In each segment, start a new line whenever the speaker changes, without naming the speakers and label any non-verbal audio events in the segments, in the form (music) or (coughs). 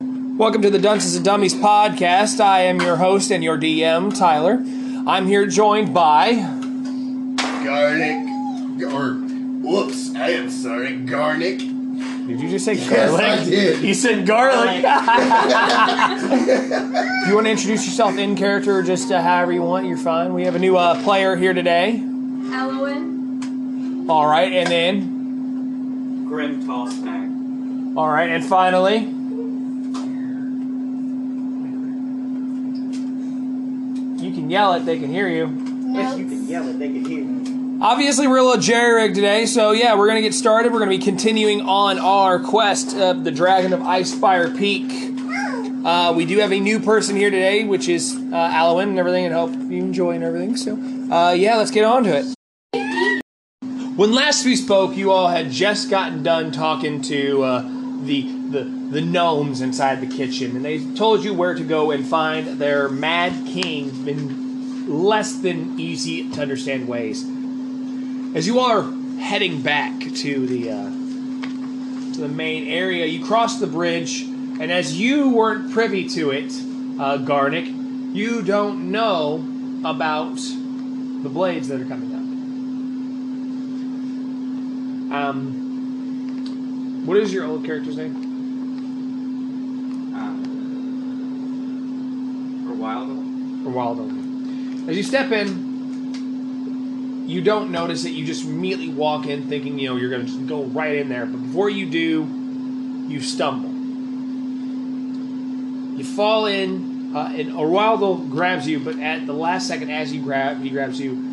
Welcome to the Dungeons and Dummies podcast. I am your host and your DM, Tyler. I'm here joined by
Garnick, or whoops, I am sorry, Garnick.
Did you just say
Yes,
garlic?
I did.
You said garlic. Do (laughs) you want to introduce yourself in character or just uh, however you want? You're fine. We have a new uh, player here today.
Alwyn.
All right, and then
Grim toss back.
all right, and finally. You can yell it; they can hear you.
Yes, you can yell it, they can hear you.
Obviously, we're a little jerry today, so yeah, we're gonna get started. We're gonna be continuing on our quest of the Dragon of Icefire Peak. Uh, we do have a new person here today, which is uh, Alwyn and everything, and hope you enjoy and everything. So, uh, yeah, let's get on to it. When last we spoke, you all had just gotten done talking to uh, the, the the gnomes inside the kitchen, and they told you where to go and find their mad king in less than easy to understand ways as you are heading back to the uh, to the main area, you cross the bridge, and as you weren't privy to it, uh, Garnick, you don't know about the blades that are coming up. Um, what is your old character's name?
Um, for a while though.
Or Wild Omen. As you step in, you don't notice it. You just immediately walk in, thinking you know you're going to just go right in there. But before you do, you stumble. You fall in, uh, and Orwaldo grabs you, but at the last second, as you grab, he grabs you.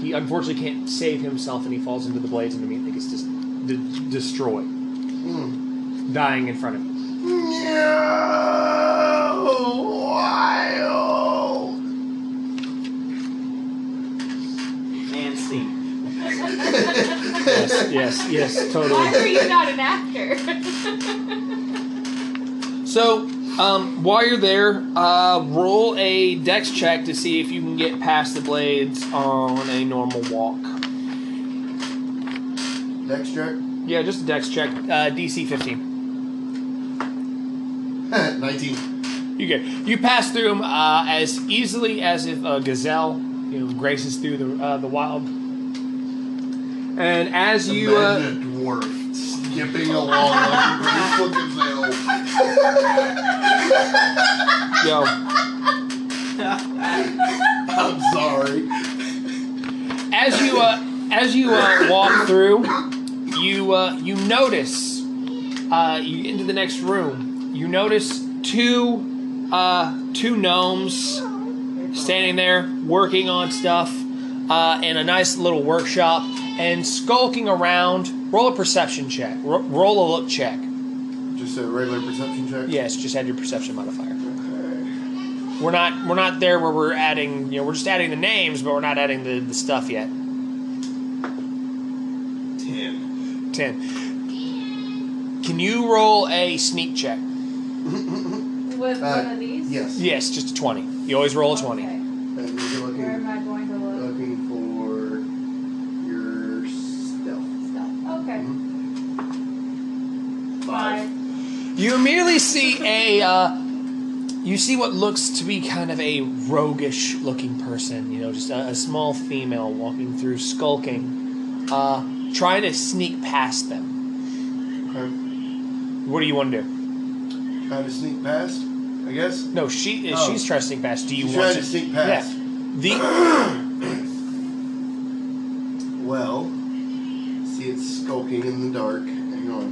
He unfortunately can't save himself, and he falls into the blades and immediately gets just de- destroyed,
Hmm.
dying in front of you.
No, wild.
And scene.
Yes, yes, yes, totally.
Why are you not an actor?
So, um, while you're there, uh, roll a dex check to see if you can get past the blades on a normal walk.
Next track, (laughs)
Yeah, just a dex check. Uh, DC 15.
19.
You get you pass through them uh, as easily as if a gazelle you know graces through the uh, the wild. And as you uh,
Imagine a dwarf skipping along like a great gazelle.
yo,
I'm sorry.
as you uh, as you uh, walk through, you uh, you notice uh, you get into the next room. You notice two uh, two gnomes standing there working on stuff uh, in a nice little workshop and skulking around. Roll a perception check. Ro- roll a look check.
Just a regular perception check.
Yes, just add your perception modifier.
Okay. (laughs)
We're not we're not there where we're adding you know we're just adding the names but we're not adding the, the stuff yet.
Ten.
10. Can you roll a sneak check?
(laughs) With
Uh,
one of these?
Yes.
Yes, just a 20. You always roll a 20.
Okay.
And you're
Where am
looking,
I going to look?
looking for your stealth.
Stuff. Okay.
Five.
You immediately see a. Uh, you see what looks to be kind of a roguish looking person, you know, just a, a small female walking through, skulking, uh, trying to sneak past them.
Okay.
What do you want to do?
Trying to sneak past, I guess.
No, she
Oh.
she's trying to sneak past. Do you
She's
want
trying to sneak past.
Yeah. The,
Well, see, it's skulking in the dark. Hang on.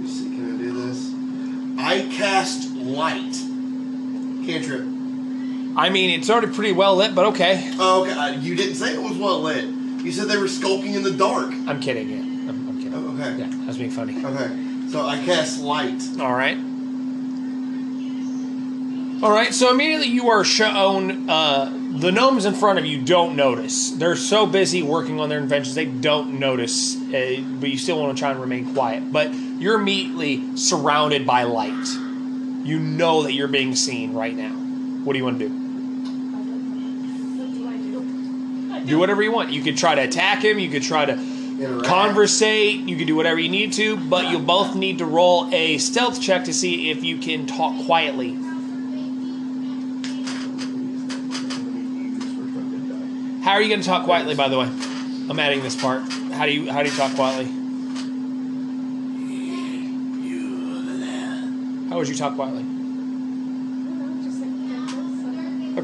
Let's see, can I do this? I cast light. Cantrip.
I mean, it's already pretty well lit, but okay.
Oh, okay. uh, You didn't say it was well lit. You said they were skulking in the dark.
I'm kidding, yeah. I'm, I'm kidding.
Oh, okay.
Yeah, I was being funny.
Okay. So I cast light.
All right. All right. So immediately you are shown uh, the gnomes in front of you don't notice. They're so busy working on their inventions they don't notice. Uh, but you still want to try and remain quiet. But you're immediately surrounded by light. You know that you're being seen right now. What do you want to do?
What do I do?
Do whatever you want. You could try to attack him. You could try to
interact.
conversate. You can do whatever you need to, but you'll both need to roll a stealth check to see if you can talk quietly. How are you going to talk quietly? By the way, I'm adding this part. How do you how do you talk quietly? How would you talk quietly?
Just like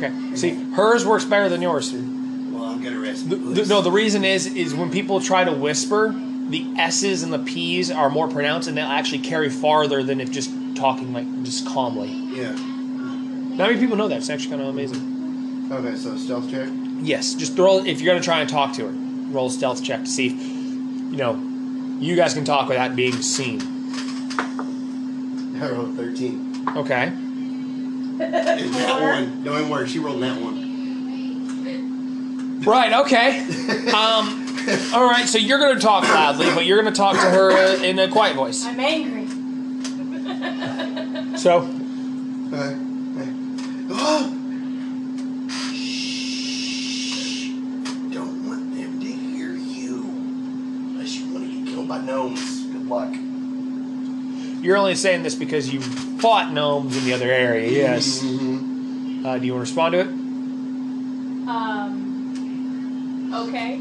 this.
Okay. See, hers works better than yours.
Well, I'm gonna rest.
The- the- no, the reason is is when people try to whisper, the S's and the P's are more pronounced, and they'll actually carry farther than if just talking like just calmly.
Yeah.
Not many people know that. It's actually kind of amazing.
Okay, so stealth check. (laughs)
Yes, just roll if you're gonna try and talk to her. Roll a stealth check to see if you know you guys can talk without being seen.
I rolled a 13.
Okay.
And that
Four.
one. (coughs) No, it worked. She rolled that one.
Right. Okay. Um. All right. So you're gonna talk loudly, but you're gonna talk to her uh, in a quiet voice.
I'm angry.
So
Uh, uh, oh! Shh. (gasps) Don't want them to hear you. Unless you want to get killed by gnomes. Good luck.
You're only saying this because you fought gnomes in the other area, yes.
Mhm.
Uh, do you want to respond to it?
(laughs) Um. Okay.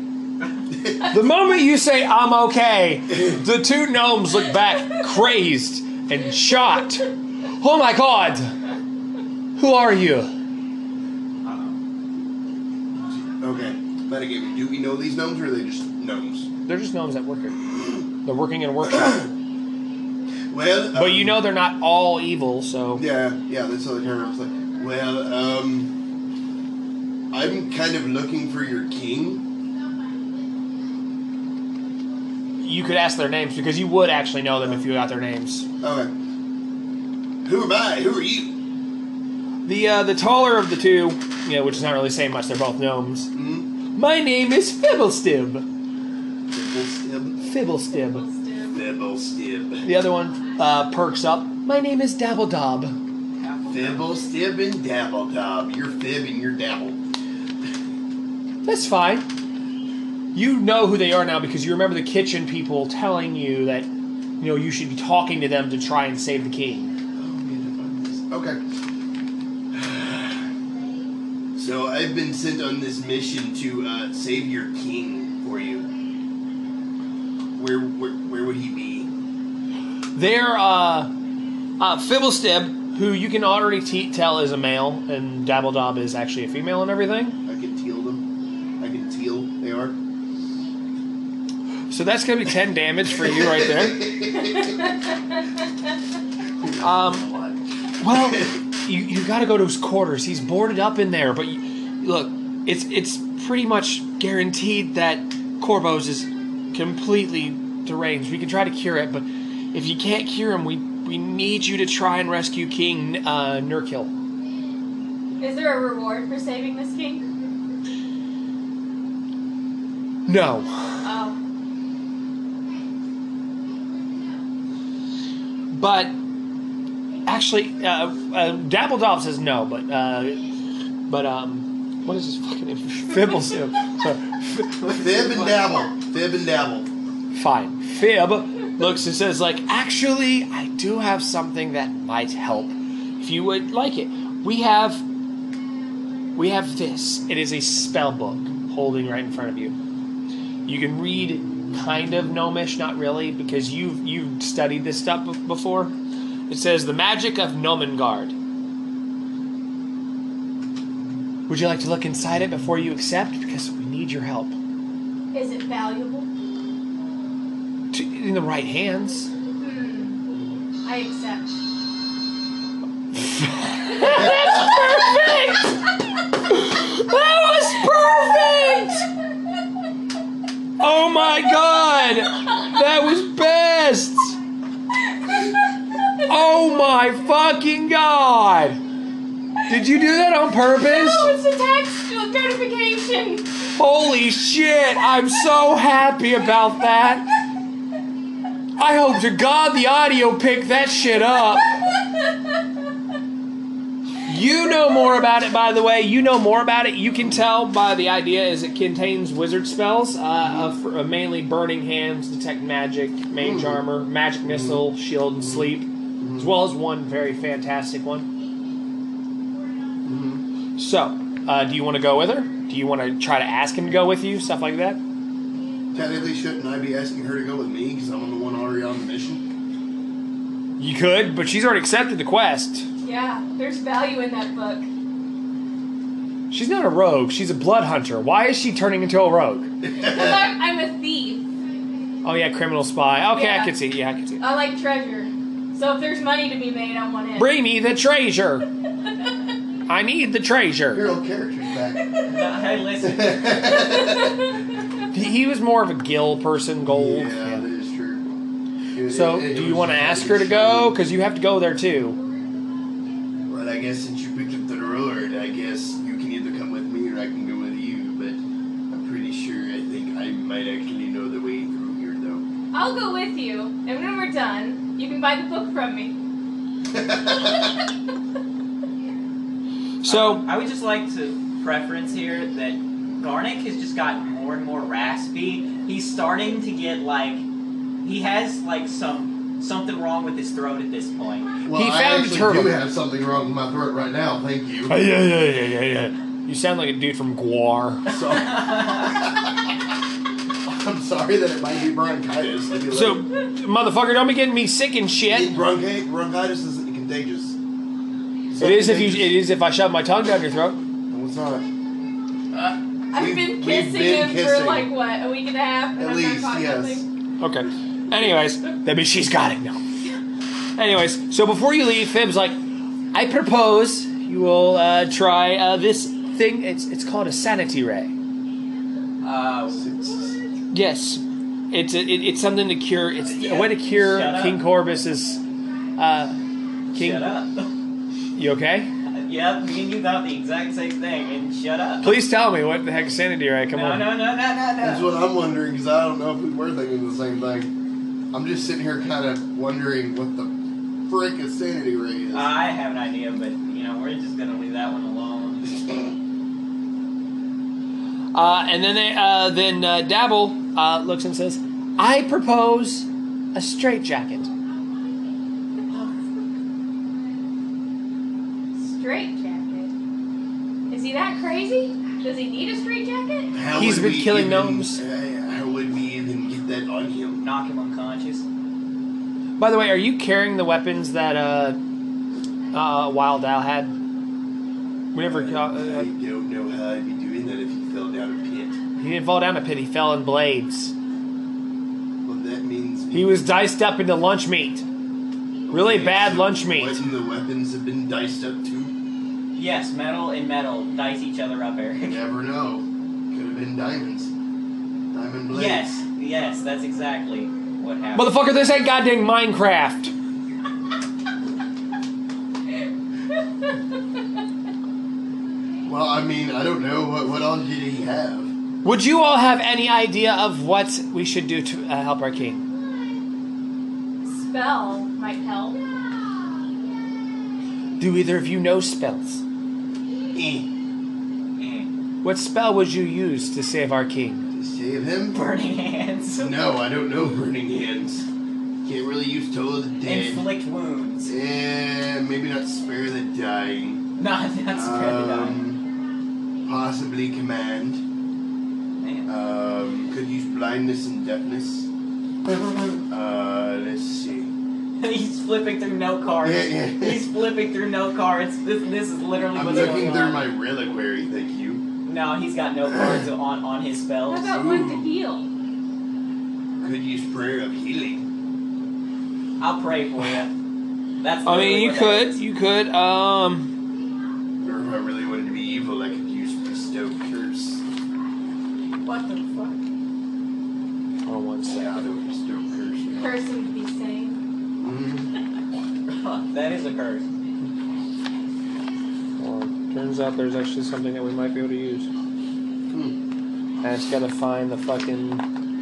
The moment you say, I'm okay, the two gnomes look back, crazed and shocked. Oh my god! Who are you?
Uh-oh.
(laughs) Okay. That again. Do we know these gnomes or are they just gnomes?
They're just gnomes that work here. They're working in a workshop.
Well.
But
um,
you know they're not all evil, so.
Yeah, yeah, that's how they turn around. I was like, well, um, I'm kind of looking for your king.
You could ask their names because you would actually know them if you got their names.
Okay. Who am I? Who are you?
The uh, the taller of the two, you know, which is not really saying much, they're both gnomes.
Hmm?
My name is Fibblestib.
Dibble stib.
Fibblestib.
Fibble stib.
The other one uh, perks up. My name is Dabbledob.
Fibble stib and dabble dob. You're fib and you're dabble.
That's fine. You know who they are now because you remember the kitchen people telling you that you know you should be talking to them to try and save the king.
Oh, man, if I'm this- Okay. So I've been sent on this mission to uh, save your king for you. Where, where, where would he be?
They're uh, uh, Fibblestib, who you can already te- tell is a male, and Dabbledob is actually a female and everything.
I can teal them. I can teal. They are.
So that's gonna be ten damage for you right there. Um, Well, you, you got to go to his quarters. He's boarded up in there. But you, look, it's it's pretty much guaranteed that Corvo's is completely deranged. We can try to cure it, but if you can't cure him, we we need you to try and rescue King uh, Nurkill.
Is there a reward for saving this king?
No,
Oh.
but actually, uh, uh, Dabbledob says no. But uh, but um, what is his fucking name? (laughs) Fibbles. Sorry.
Fib and dabble. Fib and dabble.
Fine. Fib looks and says, like, actually, I do have something that might help. If you would like it. We have we have this. It is a spell book holding right in front of you. You can read kind of gnomish, not really, because you've you've studied this stuff bef- before. It says the magic of Nomengard. Would you like to look inside it before you accept? Because we need your help.
Is it valuable?
To, in the right hands.
Hmm. I (laughs) accept.
That's perfect! That was perfect! Oh my god! That was best! Oh my fucking god! Did you do that on purpose?
Oh, it's a text
(laughs)
notification.
Holy shit! I'm so happy about that! I hope to god the audio picked that shit up! You know know more about it, by the way. You know more about it. You can tell by the idea is it contains wizard spells, uh, of, of mainly burning hands, detect magic, mage armor, magic missile, shield, and sleep, as well as one very fantastic one. So, uh, do you want to go with her? Do you want to try to ask him to go with you, stuff like that?
Technically, shouldn't I be asking her to go with me because I'm the one already on the mission?
You could, but she's already accepted the quest.
Yeah, there's value in that book.
She's not a rogue. She's a blood hunter. Why is she turning into a rogue?
Because I'm, I'm a thief.
Oh yeah, criminal spy. Okay, I
Yeah.
can see. Yeah, I can see.
I like treasure. So if there's money to be made, I
(laughs)
want it.
Bring me the treasure. I need the treasure.
Hero character's back.
(laughs) hey, listen.
(laughs)
He he was more of a gill person, (laughs) gold.
Yeah, that is true. It-
So,
it- it
do you
was
want to
just
ask her
like
to
a
go?
shame.
Because you have to go there too.
Well, I guess since you picked up the reward, I guess you can either come with me or I can go with you. But I'm pretty sure I think I might actually know the way through here, though.
(laughs) I'll go with you, and when we're done, you can buy the book from me. (laughs)
(laughs)
So,
I would just like to preference here that Garnick has just gotten more and more raspy. He's starting to get like he has like some something wrong with his throat at this point.
Well,
He
I
found
actually
turtle.
do have something wrong with my throat right now. Thank you.
yeah, yeah, yeah, yeah, yeah. You sound like a dude from Guar.
So, (laughs) I'm sorry that it might be bronchitis. Like,
So,
like,
motherfucker, don't be getting me sick and shit.
bronchi- bronchitis isn't contagious. It's
It
not
is if you. It
contagious.
is if I shove my tongue down your throat.
No, it's not.
I've
We've-
been
we've
kissing
been
him
kissing.
for like what a week and a half. And
At
I'm
least,
not caught
yes.
nothing.
Okay. Anyways, that means she's got it now. Anyways, so before you leave, Fib's like, I propose you will uh, try uh, this thing. It's it's called a sanity ray.
Uh,
Yes, it's a, it, it's something to cure. It's a way to cure
Shut up.
King Corbus's. Uh, King,
shut up.
you okay?
(laughs) yep, me and you thought the exact same thing, and shut up.
Please tell me what the heck is sanity ray. Come
no,
on.
no, no, no, no,
That's
no.
what I'm wondering because I don't know if we were thinking the same thing. I'm just sitting here kind of wondering what the frick a sanity ray is.
Uh,
I have an idea, but you know we're just gonna leave that one alone.
Uh, and then they, uh, then uh, Dabble uh, looks and says, I propose a straitjacket.
Straight jacket. Is he that crazy? Does he need a straight jacket? (laughs)
How
He's
would
been
we
killing
even,
gnomes.
uh, How would we even get that on him?
Knock him unconscious.
By the way, are you carrying the weapons that uh, uh, Wild Al had? Whenever uh,
I
uh,
don't know how I'd be doing that if he fell down a pit.
he didn't fall down a pit, he fell in blades.
Well, that means
He was diced up into lunch meat. Really
Okay,
bad
so
lunch meat.
Wouldn't the weapons have been diced up too?
Yes, metal and metal dice each other up,
You
Eric.
never know. Could have been diamonds. Diamond blades.
Yes, yes, that's exactly what happened.
Motherfucker, this ain't goddamn Minecraft.
Well, I mean, I don't know what what all did he have.
Would you all have any idea of what we should do to uh, help our king?
Spell might help.
Do either of you know spells? E.
Eh.
Mm.
What spell would you use to save our king?
To save him?
(laughs) Burning hands.
No, I don't know burning hands. Can't really use Toll of the Dead.
Inflict wounds.
And maybe not spare the dying.
Not that's um,
Um, possibly command.
Man.
Um, could use blindness and
(laughs)
deafness. Uh, let's see.
(laughs) He's flipping through no cards.
Yeah, yeah.
He's flipping through no cards. This, this is literally
I'm
what's
looking
going
through
on.
my reliquary, thank you.
No, he's got no
(laughs)
cards on on his
How
spells.
about one to heal?
Could use prayer of healing.
I'll pray for you. That's.
I
literally
mean, you
what that
could,
is.
you could. Um,
Or if I really wanted to be evil, I could use bestow curse.
What the fuck?
hold on one
Yeah, I
second.
would bestow curse.
Person to be sane.
Mhm.
(laughs) that is a curse.
Hold on. Turns out there's actually something that we might be able to use.
Hmm.
I just gotta find the fucking,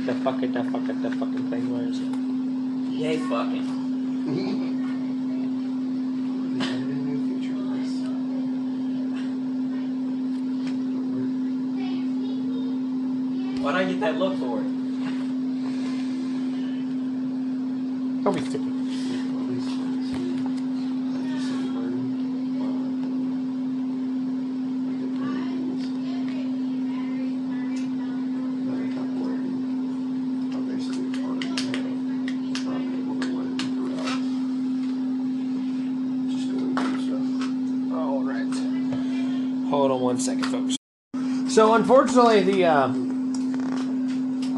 the fucking, the fucking, the fucking thing. Where is it?
Yay, fucking.
They added a new feature for us.
Why'd I get that look for?
Don't be stupid. All right. Hold on one second, folks. So unfortunately, the uh,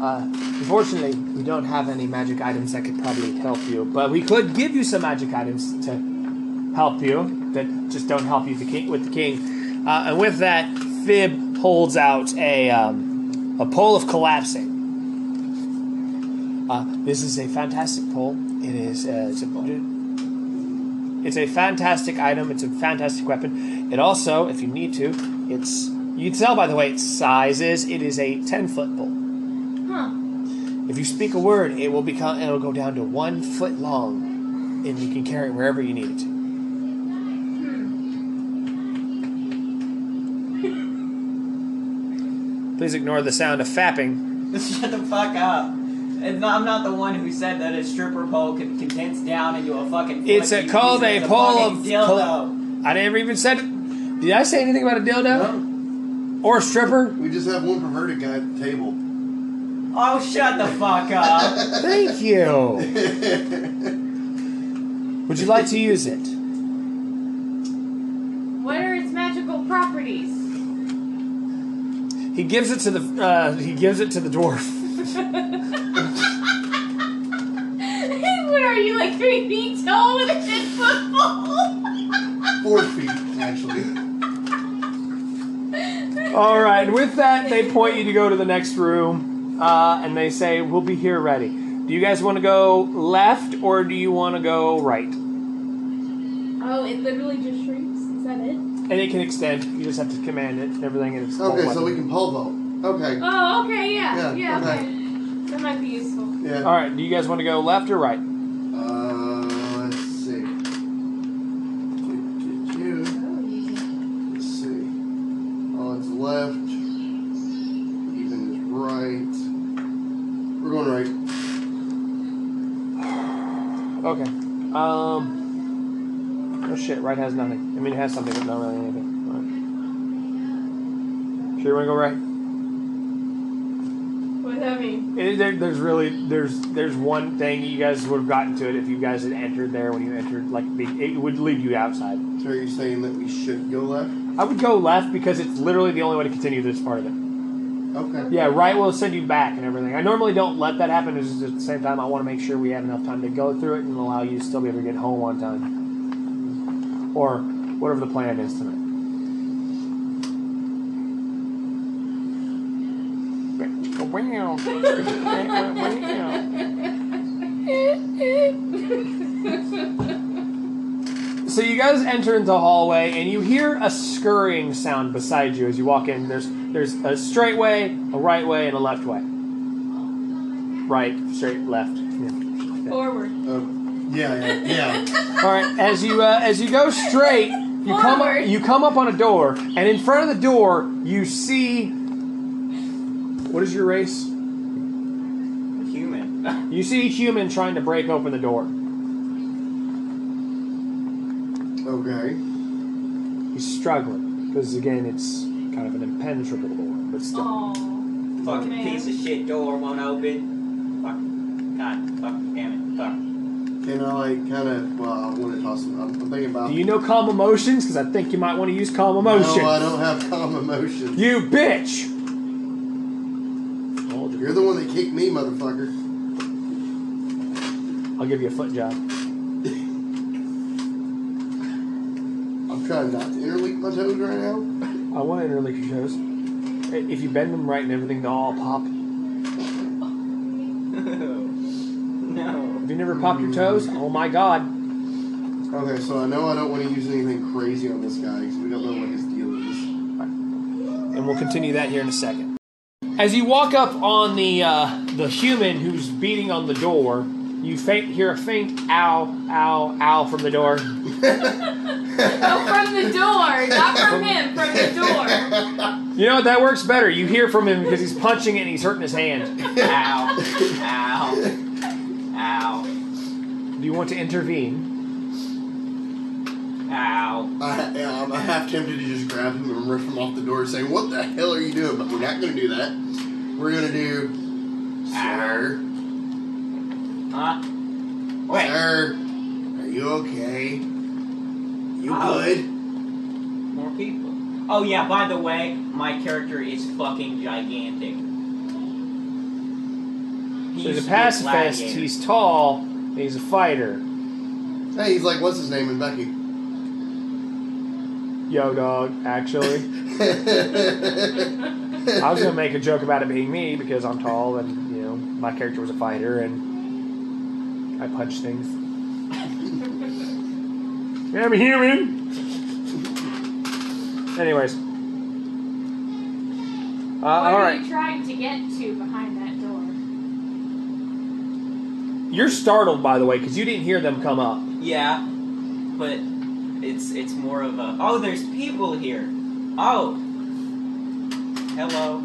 uh, unfortunately we don't have any magic items that could probably help you, but we could give you some magic items to help you that just don't help you the king, with the king. Uh, and with that, Fib holds out a um, a pole of collapsing. Uh, this is a fantastic pole. It is uh, it's a it's a fantastic item. It's a fantastic weapon. It also, if you need to, it's you can tell by the way its size is. It is a ten foot pole.
Huh.
If you speak a word, it will become. It'll go down to one foot long, and you can carry it wherever you need it. to. Please ignore the sound of fapping.
(laughs) Shut the fuck up. And no, I'm not the one who said that a stripper pole can condense down into a fucking.
It's a,
flicky
called
piece
a pole of.
fucking dildo.
colla- I never even said. it. Did I say anything about a dildo or a stripper?
We just have one perverted guy at the table. (laughs)
Oh, shut the
(laughs)
fuck up.
Thank you. Would you like to use it?
What are its magical properties? (laughs)
He gives it to the uh, he gives it to the dwarf.
what are you, like three feet tall with a ten foot pole?
Four feet, actually.
All right. and With that, they
(laughs)
point you to go to the next room, uh, and they say, "We'll be here ready." Do you guys want to go left or do you want to go right?
Oh, it literally just shrinks. Is that it?
And it can extend. You just have to command it. and Everything and it's a whole
Okay, so
weapon.
we can pole vault. Okay.
Oh, okay, yeah,
Yeah,
yeah,
okay.
okay. That might be useful.
Yeah.
All right. Do you guys want to go left or right?
Uh, let's see. Did you? Let's see. Oh, it's left. Even is right. We're going right.
Okay. Um. Oh shit. Right has nothing. I mean, it has something, but not really anything. All right. Sure, you want to go right?
What does that mean?
It, there, there's really there's there's one thing you guys would have gotten to it if you guys had entered there when you entered like the, it would lead you outside.
So are you saying that we should go left?
I would go left because it's literally the only way to continue this part of it.
Okay.
Yeah, right will send you back and everything. I normally don't let that happen. It's just at the same time I want to make sure we have enough time to go through it and allow you to still be able to get home on time or whatever the plan is tonight. Wow. (laughs) Wow. So you guys enter into the hallway, and you hear a scurrying sound beside you as you walk in. There's there's a straight way, a right way, and a left way. Right, straight, left. Yeah.
Forward.
Uh, yeah, yeah, yeah.
All right. As you uh, as you go straight, you come up,
Forward.
you come up on a door, and in front of the door you see. What is your race?
Human. (laughs)
You see a human trying to break open the door.
okay.
He's struggling because again, it's kind of an impenetrable door, but still.
Aw.
Fucking
Man.
piece of shit door won't open. Fuck. God. Fuck. Damn it. Fuck. (laughs)
Can I like kind of? Well, I want to toss. I'm, I'm thinking about.
Do you know calm emotions? Because I think you might want to use calm emotions.
No, I don't have calm emotions.
You bitch!
You're the one that kicked me, motherfucker.
I'll give you a foot job.
I'm trying not to interleak my toes right now.
I want to interlink your toes. I- If you bend them right and everything, they'll all pop.
no.
If you never pop your toes, oh my god.
Okay, so I know I don't want to use anything crazy on this guy because we don't know what his deal is.
And we'll continue that here in a second. As you walk up on the uh, the human who's beating on the door, you faint, hear a faint ow, ow, ow from the door.
No, from the door, not from him, from the door.
You know what? That works better. You hear from him because he's punching it and he's hurting his
(laughs)
hand.
Ow. Ow. Ow.
Do you want to intervene?
Ow.
I, I'm half tempted to just grab him and rip him off the door, saying, "What the hell are you doing?" But we're not going to do that. We're going to do, sir,
Huh? Wait.
sir, are you okay? You
Oh.
good?
More people. Oh yeah, by the way, my character is fucking gigantic. He
There's
used
a
to be
pacifist.
gladiator.
He's tall. and He's a fighter.
Hey, he's like, what's his name in Becky?
Yo, dog. Actually, Uh, I was gonna make a joke about it being me because I'm tall and you know my character was a fighter and I punch
(laughs)
things. Yeah, I'm a human. Anyways. Uh,
what
all
are
right.
you trying to get to behind that door?
You're startled, by the way, because you didn't hear them come up.
Yeah, but it's it's more of a oh, there's people here. Oh, hello.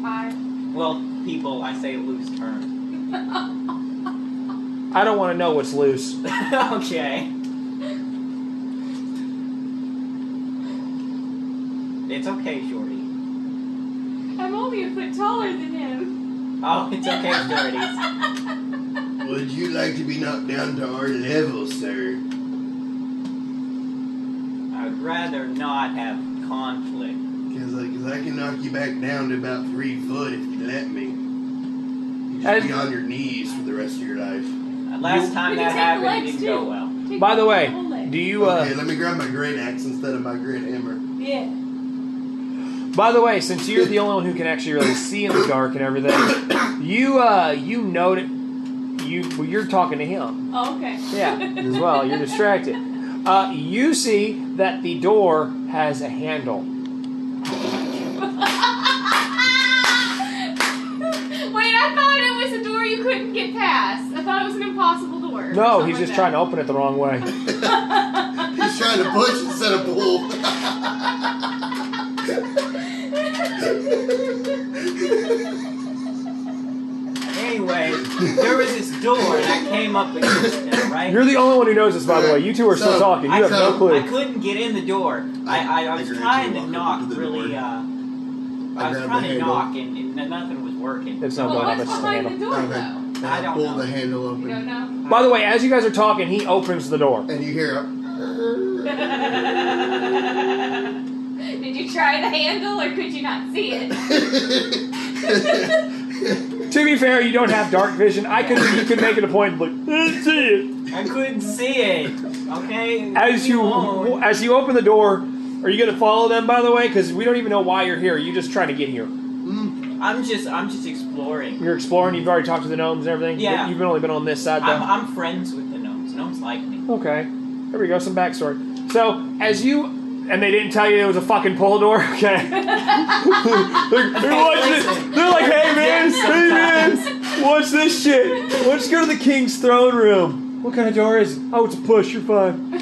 Five.
Well, people, I say loose term. (laughs)
I don't want to know what's loose.
okay. It's okay, Shorty.
(laughs) I'm only a foot taller than him.
Oh, it's okay, Shorty.
(laughs) Would you like to be knocked down to our level, sir?
I'd rather not have conflict.
Because I can knock you back down to about three foot if you let me. You just
As-
be on your knees for the rest of your life.
Last
You-
time
We can take the
that happened, it
legs,
didn't
too.
go well.
(laughs) Take
By the way,
whole leg.
do you? Uh,
okay, let me grab my great axe instead of my great hammer.
Yeah.
By the way, since you're the only one who can actually really see in the dark and everything, you uh, you know that you well, you're talking to him.
Oh, okay.
Yeah, as well. You're distracted. Uh, you see that the door has a handle.
(laughs) Wait, I thought it was a door you couldn't get past. I thought it was an impossible door. or
No,
something
he's
like
just
that.
trying to open it the wrong way. (laughs)
He's trying to push instead of pull.
Anyway, there was this door, and I came up against it, right?
You're the only one who knows this, by the way. You two are still
So,
talking. You
I
have no
so-
I
clue.
couldn't get in the door. I, I, I was
I grabbed
trying
you,
to
walked
knock
into the
really.
door.
Uh, I,
I
was
grabbed
trying
the
to
handle.
knock, and, and nothing was working.
It's not
Well,
going up. It's
what's
just a
behind the
handle.
door,
Okay.
though?
And
I don't
pull
know.
the handle
You don't
open.
know. (laughs)
By the way, as you guys are talking, he opens the door.
And you
(laughs)
hear a.
Did you try the handle, or could you not see it?
To be fair, you don't have dark vision. I could you could make it a point. Look, let's see it.
I couldn't see it. Okay.
As
leave me
you
alone.
as you open the door, are you gonna follow them? By the way, because we don't even know why you're here. You're just trying to get here.
I'm just, I'm just exploring.
You're exploring. You've already talked to the gnomes and everything.
Yeah.
You've only been on this side though.
I'm, I'm friends with the gnomes. Gnomes like me.
okay. There we go. Some backstory. So as you and they didn't tell you it was a fucking pull door. (laughs)
(laughs)
Okay. they're, they're like, this- they're like, hey man, hey man, watch this shit. Let's go to the king's throne room. What kind of door is it? Oh, it's a push. You're fine.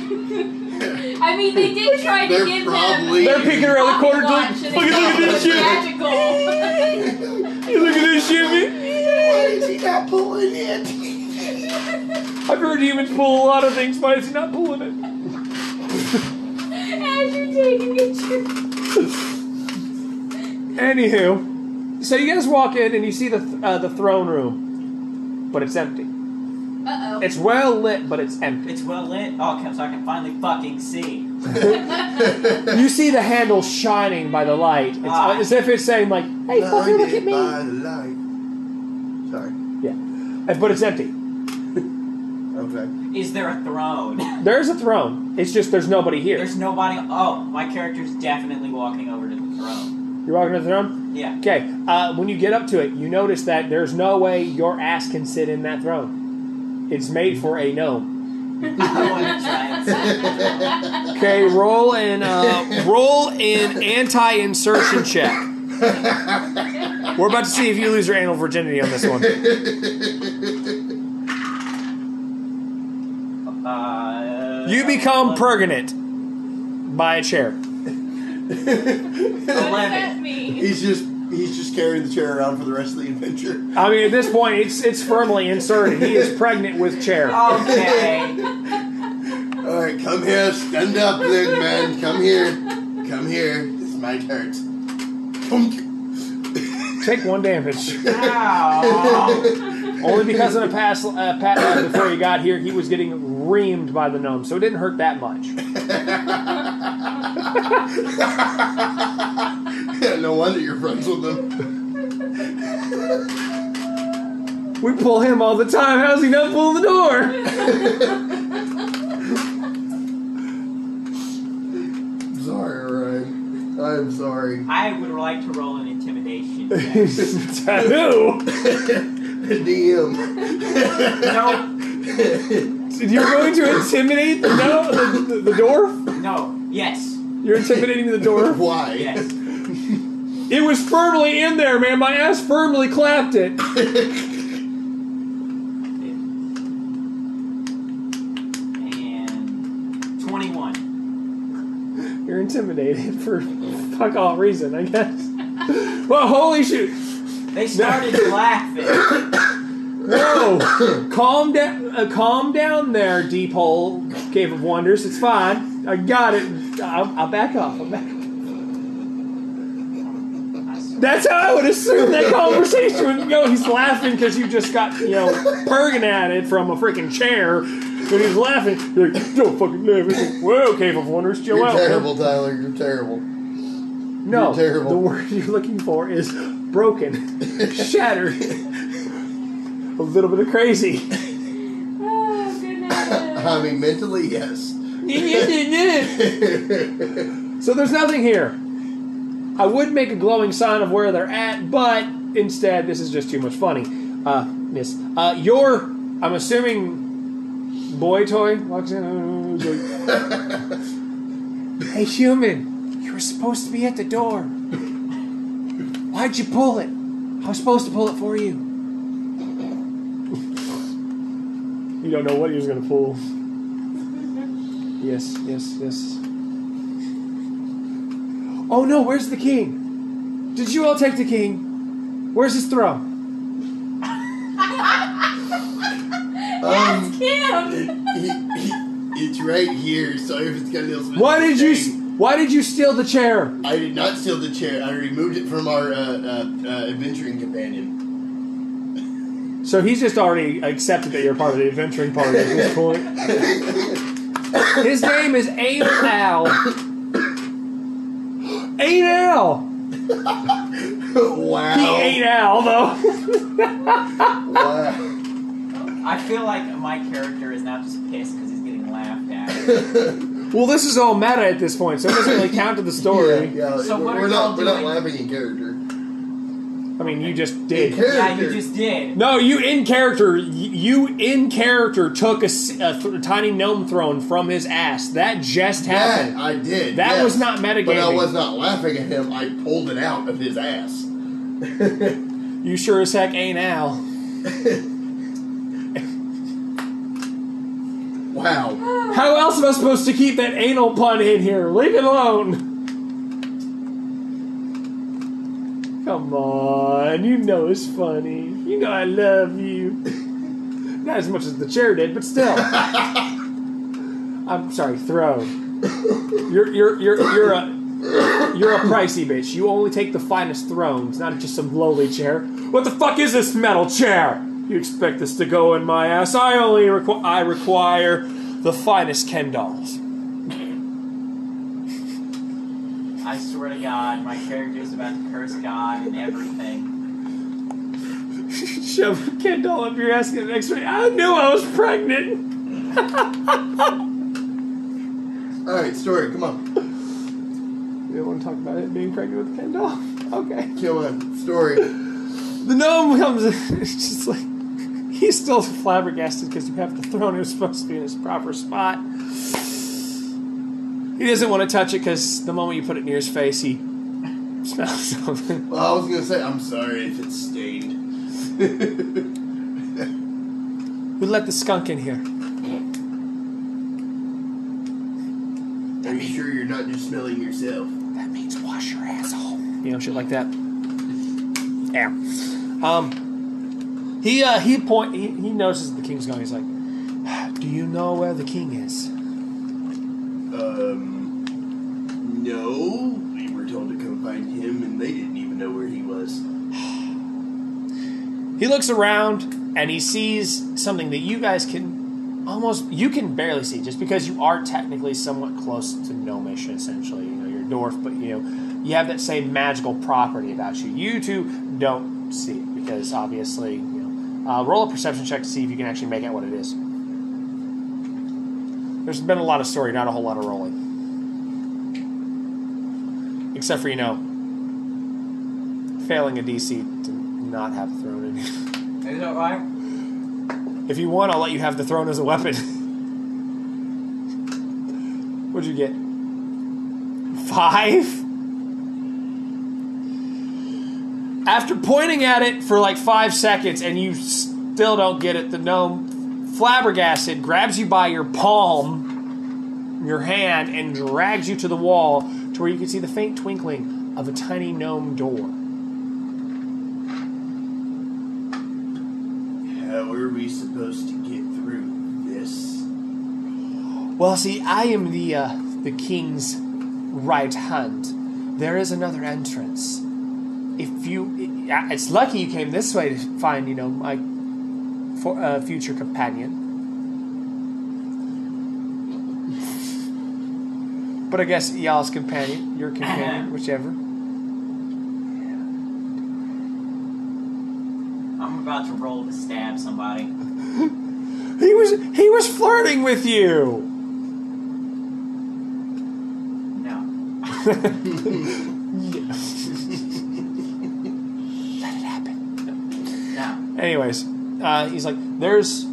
I mean, they
(laughs)
did try to
They're
give
probably-
him.
They're peeking around the corner.
Look
Look, look at this shit.
Magical. (laughs)
Look at this shit, man.
Why is he not pulling it? (laughs)
I've heard demons pull a lot of things, but it's not pulling it.
As you're taking it, you-
Anywho, so you guys walk in and you see the th- uh, the throne room, but it's empty.
uh-oh.
It's well lit, but it's empty.
It's well lit. Oh, okay, so I can finally fucking see.
You see the handle shining by the light. It's
Ah.
as if it's saying like, (laughs) "Hey, fucker, look at
Blinded
me!"
by the light. Sorry.
Yeah, Uh, but it's empty.
Okay.
Is there a throne?
There's a throne. It's just there's nobody here.
There's nobody. Oh, my character's definitely walking over to the throne.
You're walking to the throne.
Yeah. (laughs)
Okay, uh, when you get up to it, you notice that there's no way your ass can sit in that throne. It's made for a gnome.
I want to try and see.
(laughs)
Okay, roll in uh, (laughs) roll in anti-insertion check. We're about to see if you lose your anal virginity on this one.
(laughs)
Uh,
You become pregnant by a chair.
What does
Eleven.
that
(laughs)
mean?
He's just he's just carrying the chair around for the rest of the adventure.
I mean, at this point, it's it's firmly inserted. He is pregnant with chair. (laughs)
Okay.
All right, come here, stand up, big man. Come here, come here. It's my turn. (laughs) Thunk.
Take one damage.
Ow.
Only because in a past uh, pat uh, before he got here, he was getting reamed by the gnome, so it didn't hurt that much.
no wonder you're friends with them.
We pull him all the time. How's he not pulling the door?
I'm (laughs) sorry, Ryan. I'm sorry. (laughs)
I would like to roll an intimidation. check.
(laughs) Taboo.
DM.
No,
(laughs) You're going to intimidate the, no, the, the, the dwarf?
no, yes,
You're intimidating the dwarf?
Why? (laughs)
yes.
It was firmly in there, man. My ass firmly clapped it.
And twenty-one.
You're intimidated for fuck all reason, I guess. Well, holy shoot.
They started
(laughs)
laughing.
Whoa! calm down, uh, calm down there, Deep Hole Cave of Wonders. It's fine. I got it. I'll, I'll back off. I'll back off. That's how I would assume that conversation would go. He's laughing because you just got you know perging at it from a freaking chair. When he's laughing, you're like, "Don't fucking laugh!" It's like, Whoa, Cave of Wonders, chill
You're
out.
terrible, Tyler. You're terrible.
No,
You're terrible.
the word you're looking for is broken,
(laughs)
shattered, a little bit of crazy.
Oh, goodness.
I mean, mentally, yes. (laughs)
So there's nothing here. I would make a glowing sign of where they're at, but instead, this is just too much funny. Uh, miss, uh, your, I'm assuming, boy toy walks in. uh, he's like, hey, human, you were supposed to be at the door. Why'd you pull it? I was supposed to pull it for you. You don't know what he was going to pull. Yes, yes, yes. Oh no, where's the king? Did you all take the king? Where's his throne?
That's Kim!
He- he- (laughs) it's right here. So if it's got nails,
Why did you s- why did you steal the chair?
I did not steal the chair. I removed it from our uh, uh, uh,
(laughs)
adventuring companion.
So he's just already accepted that you're part of the adventuring party at this point. his name is Ain Al. Ain Al!
wow.
He ain't Al though.
Wow.
I feel like my character is now just pissed because he's getting laughed at.
well, this is all meta at this point, so it doesn't really count to the (laughs) story.
Yeah, yeah,
So
we're,
what are
we're not
y'all
we're not
doing?
laughing in character.
I mean, you just
In
did.
character.
Yeah, you just did.
No, you in character. You in character took a, s- a th- tiny gnome throne from his ass. That just
that
happened.
I did.
That
yes.
was not metagaming.
But I was not laughing at him. I pulled it out of his ass.
You sure as heck ain't Al.
Wow.
How else am I supposed to keep that anal pun in here? Leave it alone. Come on, you know it's funny. You know I love you. Not as much as the chair did, but still. I'm sorry, throne. You're you're you're you're a you're a pricey bitch. You only take the finest thrones, not just some lowly chair. What the fuck is this metal chair? You expect this to go in my ass? I only requ- I require the finest Ken dolls. (laughs)
I swear to God, my character is about to curse God and everything.
Shove a Ken doll up your ass, get an X-ray. I knew I was pregnant.
All right, story. Come on,
You don't want to talk about it being pregnant with a Ken doll. (laughs) Okay.
come on, story.
The gnome comes in. (laughs) It's just like he's still flabbergasted because you have the throne. It was supposed to be in its proper spot. He doesn't want to touch it because the moment you put it near his face, he (laughs) smells (laughs) something.
Well, I was gonna say I'm sorry if it's stained. (laughs)
We let the skunk in here.
Are you sure you're not just smelling yourself?
That means wash your asshole. You know, shit like that. Ow. Um, he uh, he point he, he notices the king's gone. He's like, "Do you know where the king is?"
Um, no. We were told to come find him, and they didn't even know where he was.
He looks around and he sees something that you guys can almost you can barely see just because you are technically somewhat close to gnomish essentially. You know, you're a dwarf, but you know, you have that same magical property about you. You two don't see it because obviously, you know, uh, roll a perception check to see if you can actually make out what it is. There's been a lot of story, not a whole lot of rolling. Except for, you know, failing a DC to not have a throne in (laughs)
Is that right?
If you want, I'll let you have the throne as a weapon. What'd you get? Five? After pointing at it for like five seconds and you still don't get it, the gnome, flabbergasted, grabs you by your palm, your hand, and drags you to the wall to where you can see the faint twinkling of a tiny gnome door.
How are we supposed to get through this?
Well, see, I am the uh, the king's right hand. There is another entrance. If you, i- it's lucky you came this way to find, you know, my for, uh, future companion. but I guess y'all's companion, your companion, whichever.
I'm about to roll to stab somebody.
He was he was flirting with you. (laughs)
No.
Let it happen.
No.
Anyways, uh, he's like, "There's,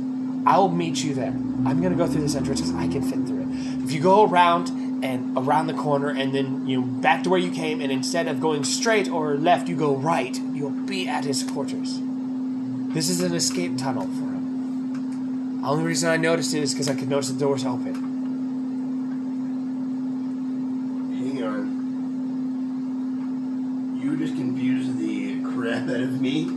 I'll meet you there. I'm gonna go through this entrance because I can fit through it. If you go around and around the corner and then you know, back to where you came, and instead of going straight or left, you go right, you'll be at his quarters. This is an escape tunnel for him. Only reason I noticed it is because I could notice the doors open.
Hang on. You just confused the crap out of me.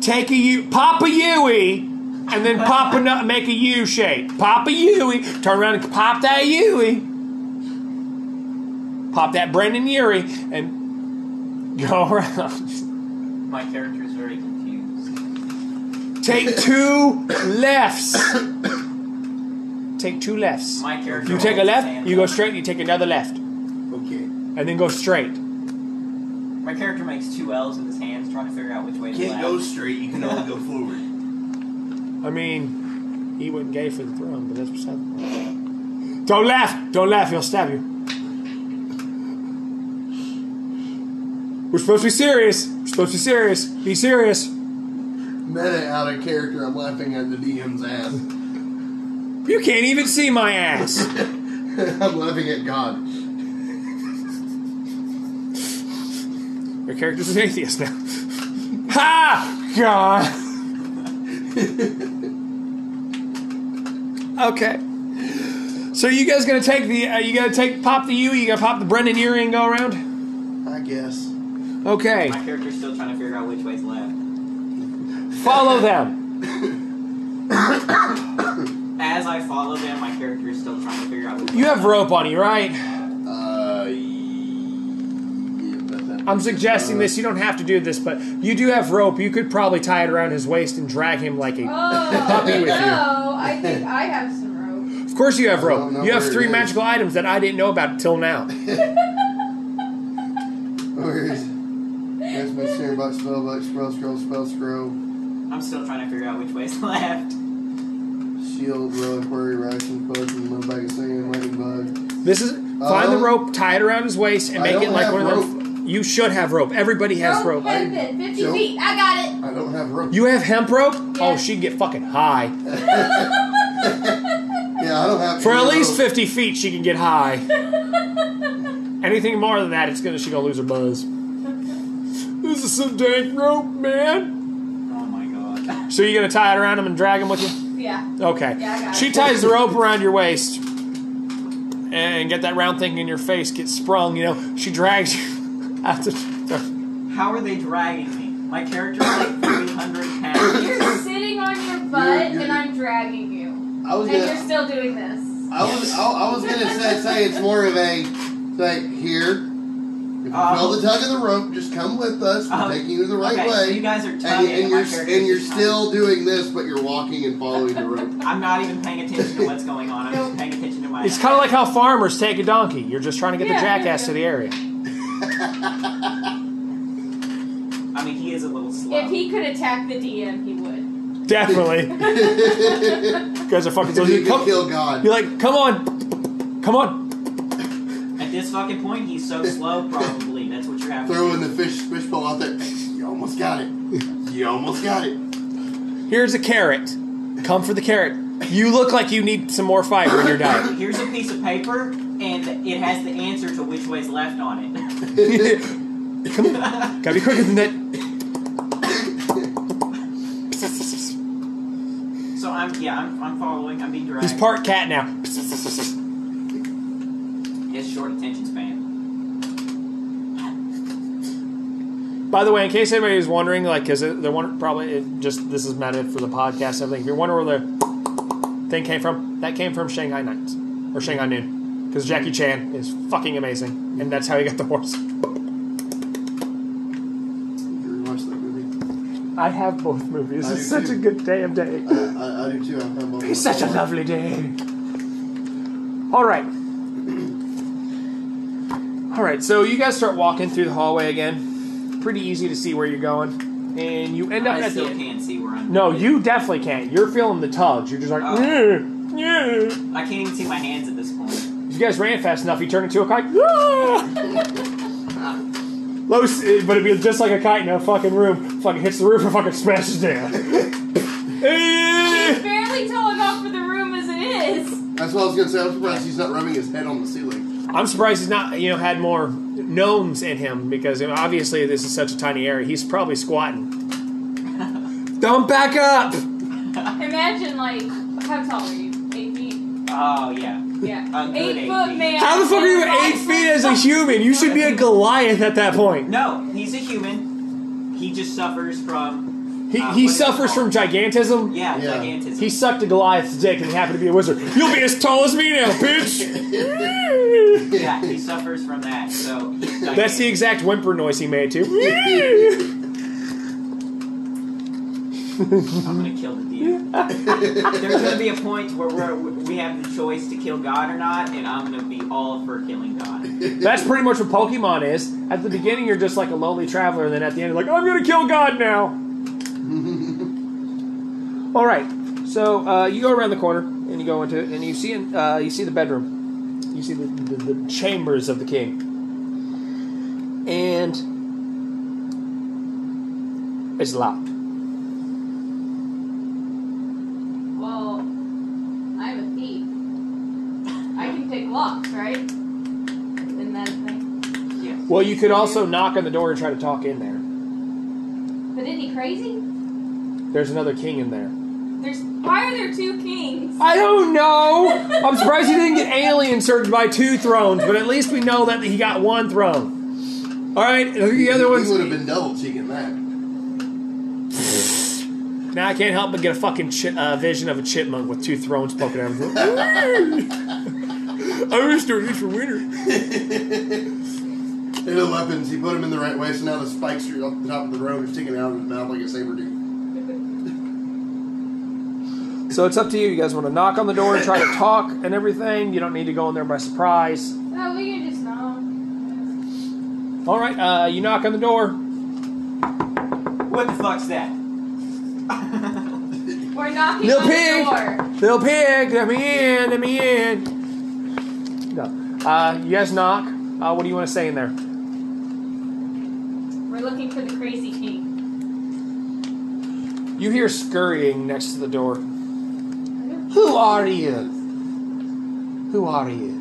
Take a U, pop a Yui, and then pop a nu- make a U shape. Pop a Yui, turn around and pop that Yui. Pop that Brandon Yuri E and go around.
My character is very confused.
Take two lefts. Take two lefts.
My character.
You take a left, you go straight, you take another left,
Okay.
and then go straight.
My character makes two L's with his hands, trying to figure out which way
You
to
can't
laugh.
go straight, you can only go forward.
I mean, he wasn't gay for the throne, but that's what's happening. Don't laugh! Don't laugh, he'll stab you. We're supposed to be serious. We're supposed to be serious. Be serious.
Meta out of character, I'm laughing at the DM's ass. (laughs)
You can't even see my ass.
I'm laughing at God.
Your character's an atheist now. (laughs) ha! God. (laughs) okay. So you guys gonna take the? Uh, you gonna take pop the U? You gonna pop the Brendan Urie and go around?
I guess.
Okay.
My character's still trying to figure out which way's left.
Follow them.
As I follow them, my character is still trying to figure out. Which
You have rope on you, right?
Uh. yeah, but that-
I'm suggesting
Uh,
this. You don't have to do this, but you do have rope. You could probably tie it around his waist and drag him like a.
Oh,
Puppy with you.
no, I think I have some rope.
Of course, you have
I
rope.
don't know
You have
where it
three
is.
magical items that I didn't know about till now.
Where is it? There's my share box, spell box, scroll, scroll, spell, scroll.
I'm still trying to figure out which way's (laughs) left.
Shield, relic, quarry, ration, potion, low bag of sand, lightning bug.
This is find the
Um,
rope, tie it around his waist, and
I
make it
don't
like
have
one of them. You should have rope. Everybody has rope.
Hemp in, 50
Nope.
feet. I got it.
I don't have rope.
You have hemp rope? Oh,
Yeah.
she'd get fucking high.
yeah, I don't have
For at
any
least
rope.
fifty feet, she can get high. Anything more than that, it's gonna she gonna lose her buzz. This is some dank rope, man.
Oh my god.
So you gonna tie it around him and drag him with you?
Yeah.
Okay.
Yeah, I got
she
it.
ties the rope around your waist. and get that round thing in your face, get sprung, you know, she drags you (laughs) out the
How are they dragging me? My character's like 300 pounds.
You're sitting on your butt
You're- you're-
and I'm dragging you.
I was
And you're
gonna,
still doing this.
I was, I, I was gonna say, say it's more of a like here. If you
Um,
feel the tug of the rope, just come with us. We're
um,
taking you the right
okay,
way.
so you guys are
and,
tugging,
you- and
my
you're
character's
and you're
just
still doing this, but you're walking and following the rope.
(laughs) tugging. I'm not even paying attention to what's going
(laughs)
on. I'm just paying attention to my.
It's kind of like how farmers take a donkey. You're just trying to get the
Yeah.
jackass to the area.
I mean, he is a little slow.
If he could attack the DM, he would. (laughs)
Definitely.
you
You guys are fucking so you
can
come,
kill God.
You're like, come on. Come on.
At this fucking point, he's so slow. Probably that's what you're having.
Throwing the fish fishbowl out there. You almost got it. You almost got it.
Here's a carrot. Come for the carrot. You look like you need some more fiber in your diet.
Here's a piece of paper, and it has the answer to which way's left on it. (laughs)
come on. Gotta be quicker than that.
So I'm yeah, I'm, I'm following. I'm being dragged.
He's part cat now.
He has short attention span.
By the way, in case anybody was wondering, like, because they're wondering, probably it just this is not it for the podcast and everything. If you're wondering where the thing came from, that came from Shanghai Nights or Shanghai Noon, because Jackie Chan is fucking amazing, and that's how he got the horse.
You watch that movie?
I have both movies.
I It's do such too. a
good damn day.
I, I, I do too. I'm- I'm
It's such a lovely day. All right. All right, so you guys start walking through the hallway again. Pretty easy to see where you're going. And you end up
I
at
still
the
can't see where I'm.
No, you definitely can't. You're feeling the tugs. You're just like,
Oh.
"Mm, mm."
I can't even see my hands at this point.
you guys ran fast enough. You turned into a kite. (laughs) Ah! Low, s- but it'd be just like a kite in a fucking room. Fucking hits the roof and fucking smashes (laughs) down.
He's
Eh.
barely tall enough for the room as it is.
That's what I was gonna say. I'm surprised he's not rubbing his head on the ceiling. (laughs)
I'm surprised he's not, you know, had more gnomes in him because you know, obviously this is such a tiny area. He's probably squatting. Don't back up.
Imagine, like, how tall are you? Eight feet?
Oh yeah. A
Yeah.
good
Eight
eight
foot
feet.
man.
How the fuck are you
Five
eight feet
foot
as a
fucking-
human? You should be a Goliath at that point.
No, he's a human. He just suffers from
He,
Uh, what
he
is it
suffers from
called?
gigantism.
yeah,
Yeah.
gigantism.
He sucked a Goliath's dick and happened to be a wizard. You'll be as tall as me now, bitch!
yeah, he suffers from that. So he's
That's the
gigantic.
exact whimper noise he made too.
I'm gonna kill the deer. There's gonna be a point where we're, we have the choice to kill God or not, and I'm gonna be all for killing God.
That's pretty much what Pokemon is. At the beginning, you're just like a lonely traveler, and then at the end, you're like, I'm gonna kill God now. All right, so uh, you go around the corner and you go into it, and you see uh, you see the bedroom, you see the, the, the chambers of the king, and it's locked.
Well, I'm a thief. I can pick locks, right? Isn't that a thing?
Yeah.
Well, you could also knock on the door and try to talk in there.
But isn't he crazy?
There's another king in there.
There's why are there two kings?
I don't know. I'm surprised he didn't get alien served by two thrones, but at least we know that he got one throne. All right, I think the other one's.
He would have been double cheeking that.
Now I can't help but get a fucking chi- uh, vision of a chipmunk with two thrones poking out of him. I'm gonna start this for winter.
And the weapons, he put him in the right way, so now the spikes are off the top of the road are sticking out of his mouth like a saber tooth.
So it's up to you. You guys want to knock on the door and try to talk and everything. You don't need to go in there by surprise.
Oh, we can just know.
All right, uh, you knock on the door.
What the fuck's that?
We're knocking
Little
on
pig.
the door.
Little pig, let me in, let me in. No. Uh, you guys knock. Uh, what do you want to say in there?
We're looking for the crazy king.
You hear scurrying next to the door. Who are you? Who are you?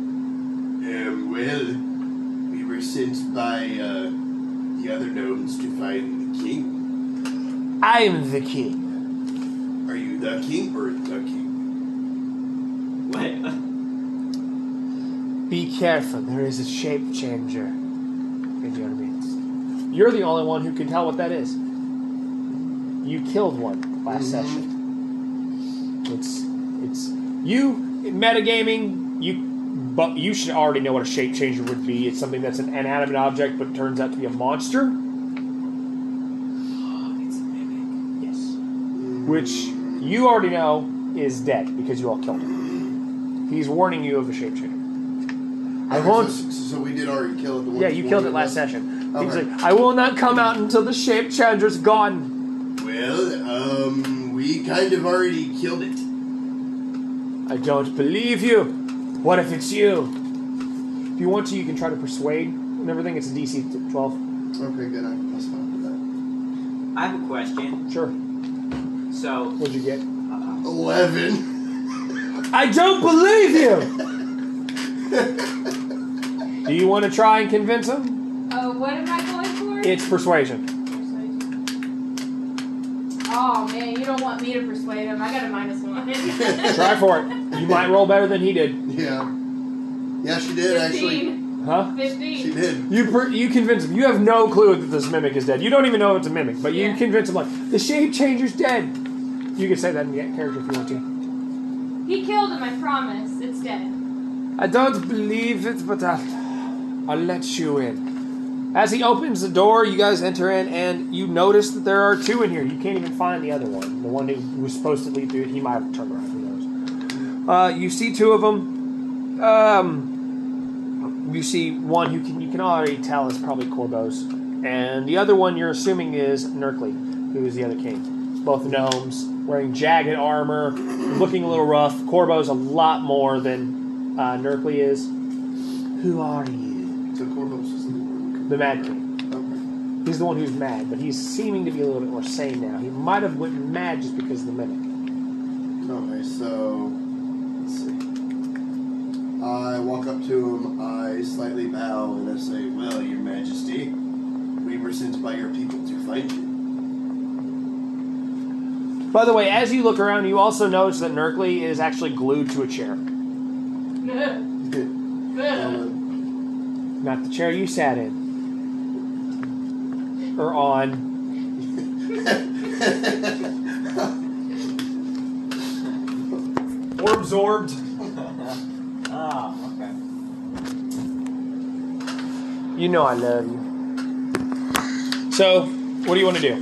Um, well, we were sent by uh, the other gnomes to find the king.
I am the king.
Are you the king or the king?
(laughs)
What?
Be careful. There is a shape changer in your midst. You're the only one who can tell what that is. You killed one last
Mhm.
session. It's it's you metagaming. You but you should already know what a shape changer would be. It's something that's an inanimate object, but turns out to be a monster.
it's a mimic.
Yes. Which you already know is dead because you all killed him. He's warning you of the shape changer. I
Okay,
won't.
So, so we did already kill it. The one
Yeah, you
that's
killed it
warning
last
us.
session. He was
Okay.
like, I will not come out until the shape changer's gone.
Well, um, we kind of already killed it.
I don't believe you. What if it's you? If you want to, you can try to persuade and everything. It's a DC t- 12.
Okay, good. I plus five for that.
I have a question.
Sure.
So,
What'd you get?
uh,
Eleven.
I don't believe you! Do you want to try and convince him?
Uh, what am I going for?
It's persuasion.
Persuasion. Oh man, you don't want me to persuade him. I got a minus one.
Try for it. You might roll better than he did,
(laughs) Yeah. Yeah, she did actually.
Fifteen.
huh?
She
Fifteen.
did.
You per- you convince him. You have no clue that this mimic is dead. You don't even know it's a mimic, but you
Yeah.
convince him like the shape changer's dead. You can say that in the character if you want to.
He killed him. I promise. It's
(laughs)
dead.
I don't believe it, but I'll, I'll let you in. As he opens the door, you guys enter in, and you notice that there are two in here. You can't even find the other one. The one who was supposed to lead through it, he might have turned around. Who knows? Uh, you see two of them. Um, you see one who can you can already tell is probably Corbo's, and the other one you're assuming is Nerkly, who is the other king. Both gnomes wearing jagged armor, looking a little rough. Corbo's a lot more than uh, Nerkly is. Who are you?
So Corvus is the one.
The Mad King.
Okay.
He's the one who's mad, but he's seeming to be a little bit more sane now. He might have went mad just because of the mimic.
Okay. So let's see. I walk up to him. I slightly bow and I say, "Well, Your Majesty, we were sent by your people to find you."
By the way, as you look around, you also notice that Nerkly is actually glued to a chair. (laughs)
Um,
Not the chair you sat in. Or on. Or absorbed.
oh, okay.
You know I love you. So, what do you want to do?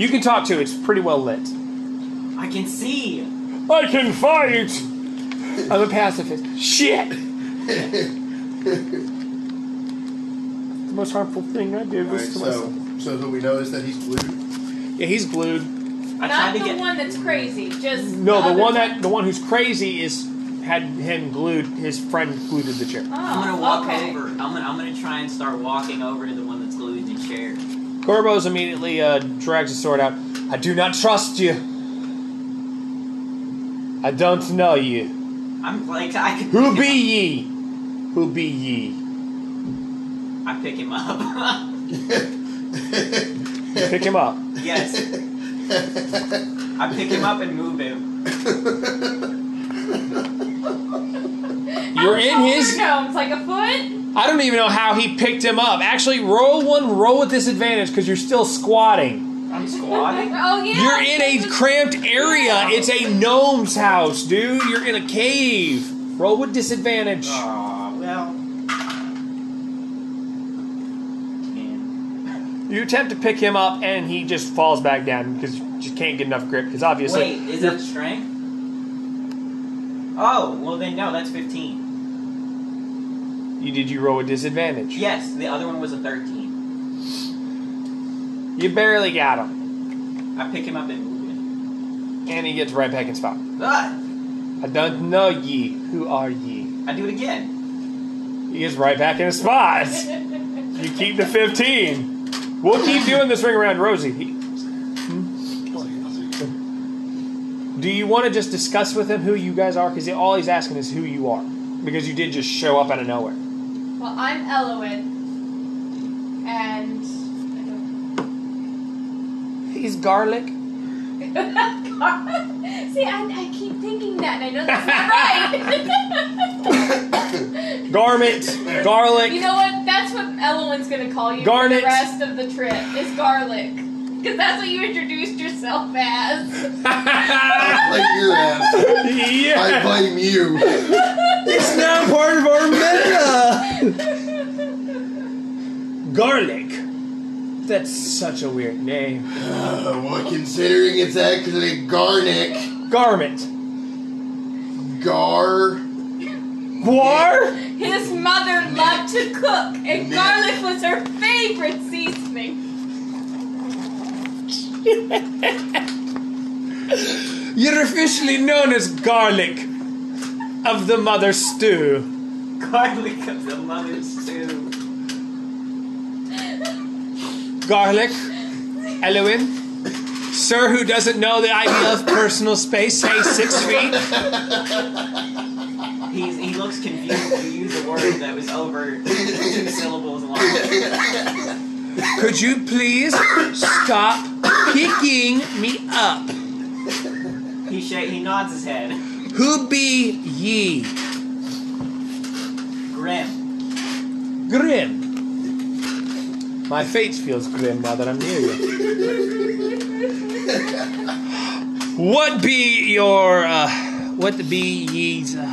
You can talk to, it's pretty well lit.
I can see.
I can fight! I'm a pacifist. (laughs) Shit! the most harmful thing I did
all right,
was to
so
myself.
so that we notice that he's blue.
Yeah, he's glued.
I tried
Not
to
the
get.
one that's crazy. Just
No, the
other
one that the one who's crazy is had him glued his friend glued to the chair.
Oh,
I'm gonna walk
okay.
over. I'm gonna, I'm gonna try and start walking over to the one that's glued to the chair.
Corbo's immediately uh, drags his sword out. I do not trust you. I don't know you.
I'm like, I can.
Who
pick
be
him
ye? Who be ye?
up. I pick him up. (laughs)
You pick him up.
yes, I pick him up and move him.
You're
How
in
tall
his-
are Gnomes, like a foot.
I don't even know how he picked him up. Actually, roll one roll with disadvantage because you're still squatting.
I'm squatting.
(laughs) Oh yeah.
You're in a cramped area. It's a gnome's house, dude. You're in a cave. Roll with disadvantage.
Aw, well. Man.
You attempt to pick him up, and he just falls back down because you just can't get enough grip. Because obviously,
Wait, is
you're-
that strength? Oh, well then no, that's 15.
you did you roll with disadvantage?
Yes, the other one was a 13.
You barely got him,
I pick him up and move him.
and he gets right back in spot.
Ah!
I don't know ye. Who are ye?
I do it again. (laughs)
He is right back in his spot. you keep the fifteen. We'll keep doing this ring around Rosie. He- Hmm? Do you want to just discuss with him who you guys are? Because all he's asking is who you are, because you did just show up out of nowhere.
Well, I'm Elowin, and I don't
He's garlic.
(laughs) See, I, I keep thinking that, and I know that's not right.
(laughs)
(laughs)
garment, garlic.
You know what? That's what Elowin's gonna call you
Garnet.
for the rest of the trip. Is garlic, because that's what you introduced yourself as.
(laughs) Like your ass. I
(laughs) yeah.
blame you.
It's now part of our meta. Garlic. That's such a weird name.
Uh, well, considering it's actually garlic,
Garment.
gar.
Guar?
His mother loved to cook, and garlic was her favorite seasoning.
You're officially known as Garlic of the Mother Stew.
Garlic of the mothers too.
Garlic, Elowin. Sir, who doesn't know the idea of personal space, say six feet.
He's, he looks confused when you use a word that was over two syllables long.
Could you please stop picking me up?
He sh- he nods his head.
Who be ye?
Grim.
Grim. My fate feels grim now that I'm near you. what be your, uh, what be ye's uh,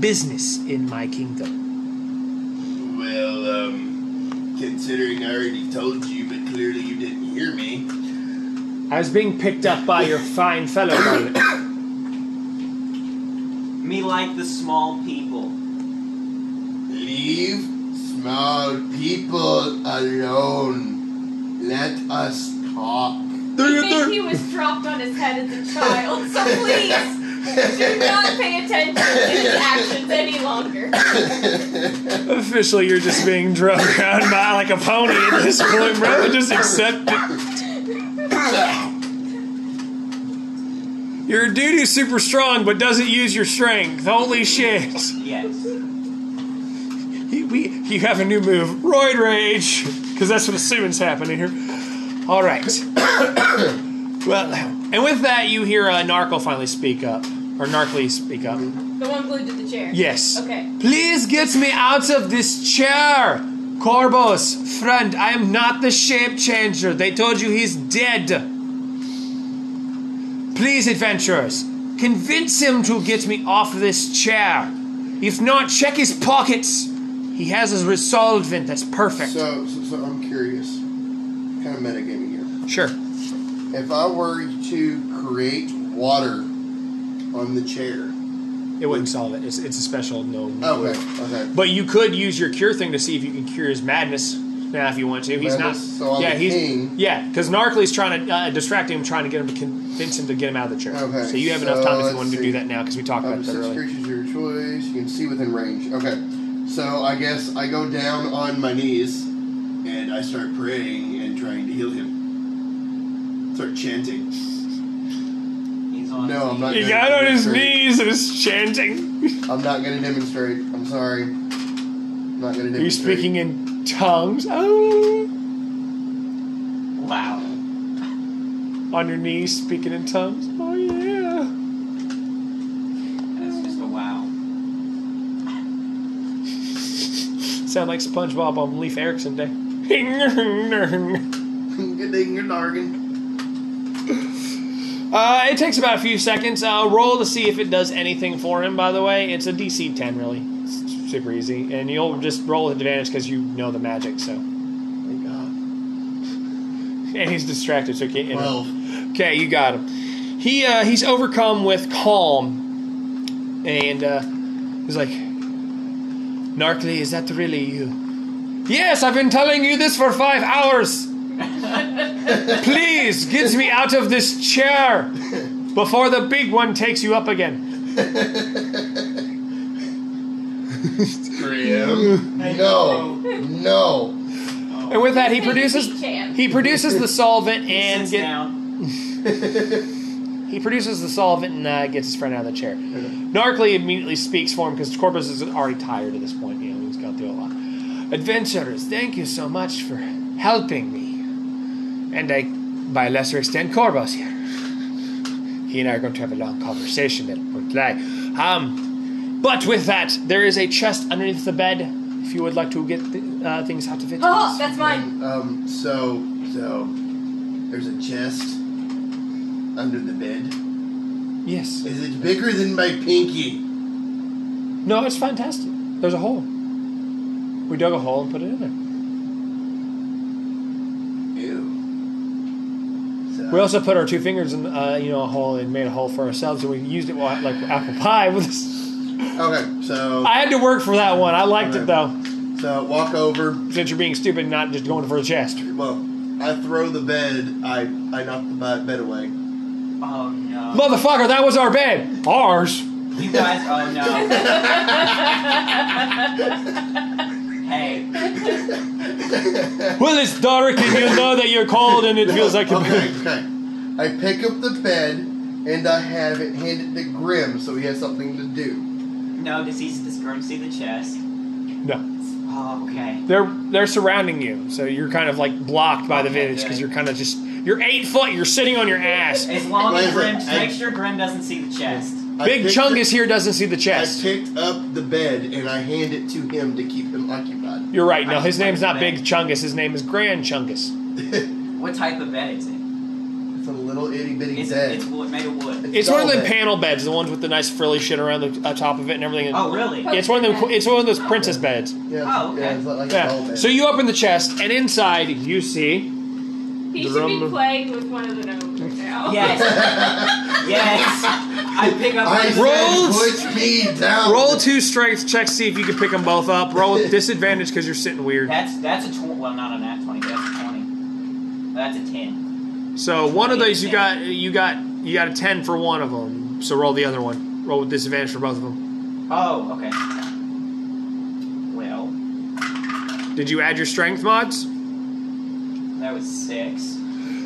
business in my kingdom?
Well, um, considering I already told you, but clearly you didn't hear me.
I was being picked up by your fine fellow. Garlic.
Me like the small people.
Leave small people alone. Let us talk.
I think he was dropped on his head as a child, so please do not pay attention to his actions any longer.
Officially, you're just being drug (laughs) around by like a pony at this point, bro. Just accept it. Your dude is super strong, but doesn't use your strength. Holy shit!
Yes.
He, we, you have a new move, roid rage, because that's what assuming's happening here. All right. (coughs) well, and with that, you hear uh, Narkle finally speak up, or Narkly speak up.
The one glued to the chair.
Yes.
Okay.
Please get me out of this chair! Corbos, friend, I am not the shape changer. They told you he's dead. Please, adventurers, convince him to get me off this chair. If not, check his pockets. He has his resolvent that's perfect.
So, so, so I'm curious. Kind of metagaming here.
sure.
If I were to create water on the chair.
It wouldn't solve it. It's, it's a special no.
Okay, okay.
But you could use your cure thing to see if you can cure his madness. Now, if you want to, he's
Madness,
not.
so I'm
yeah,
the
he's
king.
yeah, because Narcly's trying to uh, distract him, trying to get him to convince him to get him out of the church.
Okay,
so you have
so
enough time if
let's
you wanted to
see.
do that now, because we talked
Up
about
to
that
six
earlier.
creatures of your choice. You can see within range. Okay. So I guess I go down on my knees and I start praying and trying to heal him. Start chanting.
He's on.
No, I'm not.
He
gonna
got on his
demonstrate.
knees and is chanting.
I'm not going to demonstrate. I'm sorry. I'm not going to
Are you
demonstrate.
speaking in tongues? Oh,
Wow.
on your knees, speaking in tongues. Oh yeah.
That's just a wow.
Sound like SpongeBob on Leaf Erikson Day. (laughs)
(laughs) Good thing you're nargin.
Uh, it takes about a few seconds. Uh, roll to see if it does anything for him. By the way, it's a DC ten, really. It's super easy, and you'll just roll with advantage because you know the magic. So,
Thank God.
(laughs) and he's distracted, so he can't. Enter.
Twelve.
Okay, you got him. He uh, he's overcome with calm, and uh, he's like, "Narkly, is that really you?" Yes, I've been telling you this for five hours.
(laughs)
Please get me out of this chair before the big one takes you up again.
Grim. No. No.
And with that, he
Big
produces
champ.
he produces the solvent
He
and
sits
get,
down.
He produces the solvent and uh, gets his friend out of the chair. Narkly immediately speaks for him because Corpus is already tired at this point. You know, he's gone through a lot. Adventurers, thank you so much for helping me. And I, by a lesser extent, Corbos here. He and I are going to have a long conversation that won't lie. Um, But with that, there is a chest underneath the bed if you would like to get the, uh, things out
(gasps)
of it.
Oh, that's mine.
Um, so, so, there's a chest under the bed.
Yes.
Is it bigger than my pinky?
No, it's fantastic. There's a hole. We dug a hole and put it in there.
Ew. So,
We also put our two fingers in, uh, you know, a hole and made a hole for ourselves, and we used it wa- like apple pie. With this.
okay, so,
(laughs) I had to work for that one. I liked it though,
so walk over.
since you're being stupid, and not just going for the chest.
Well, I throw the bed. I I knock the ba- bed away.
Oh no.
Motherfucker, that was our bed. Ours.
You guys,
(laughs)
oh no. hey,
Well, it's dark, and you know that you're cold, and it feels like a
okay, okay. I pick up the bed and I have it handed to Grim so he has something to do.
no, does he does Grim see the chest?
No,
Oh, okay.
they're they're surrounding you, so you're kind of like blocked by the
Okay,
village because
yeah.
you're kind of just you're eight foot. You're sitting on your ass.
As long
Wait,
as
wait,
Grim, just
I-
make sure Grim doesn't see the chest.
I
Big
picked
Chungus here doesn't see the
I
chest.
picked up the bed and I hand it to him to keep him occupied. (laughs)
You're right. No,
I-
his name's not Big
I-
Chungus. His name is Grand Chungus.
What type of bed is it?
It's a little itty bitty
It's,
bed.
it's wood, made of wood.
It's one of the
doll bed.
panel beds, the ones with the nice frilly shit around the uh, top of it and everything.
Oh, really?
Yeah, it's one of them. co- It's one of those princess beds.
Yeah,
Oh,
yeah,
okay.
it's like a doll
Yeah.
bed.
So you open the chest, and inside you see.
He should be
Drum.
playing with one of the gnomes right now. (laughs)
(laughs)
Yes, yes. I pick up.
(laughs) I
Grim's-
Roll-
said, put me down.
Roll two strength checks, see if you can pick them both up. Roll with disadvantage because you're sitting weird.
That's that's a tw- well, not a nat twenty. That's a twenty. That's a ten.
So one of those you got, you got, you got a ten for one of them. So roll the other one. Roll with disadvantage for both of them.
Oh, okay. Well,
Did you add your strength mods?
that was six.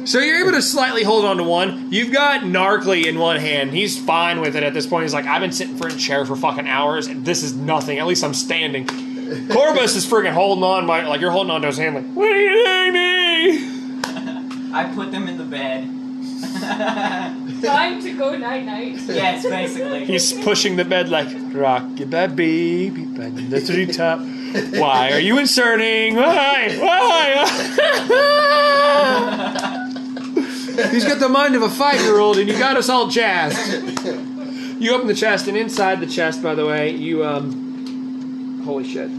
So you're able to slightly hold on to one. You've got Narkley in one hand. He's fine with it at this point. He's like, I've been sitting for a chair for fucking hours, and this is nothing. At least I'm standing. Corbus is friggin' holding on, by, like you're holding on to his hand, like, what are you doing to me?
I put them in the bed. (laughs)
Time to go night night.
(laughs) yes, basically.
He's pushing the bed like, rock your baby, bend the tree top. Why are you inserting? Why? (laughs) Why? He's got the mind of a five-year-old, and you got us all jazzed. You open the chest, and inside the chest, by the way, you um, holy shit,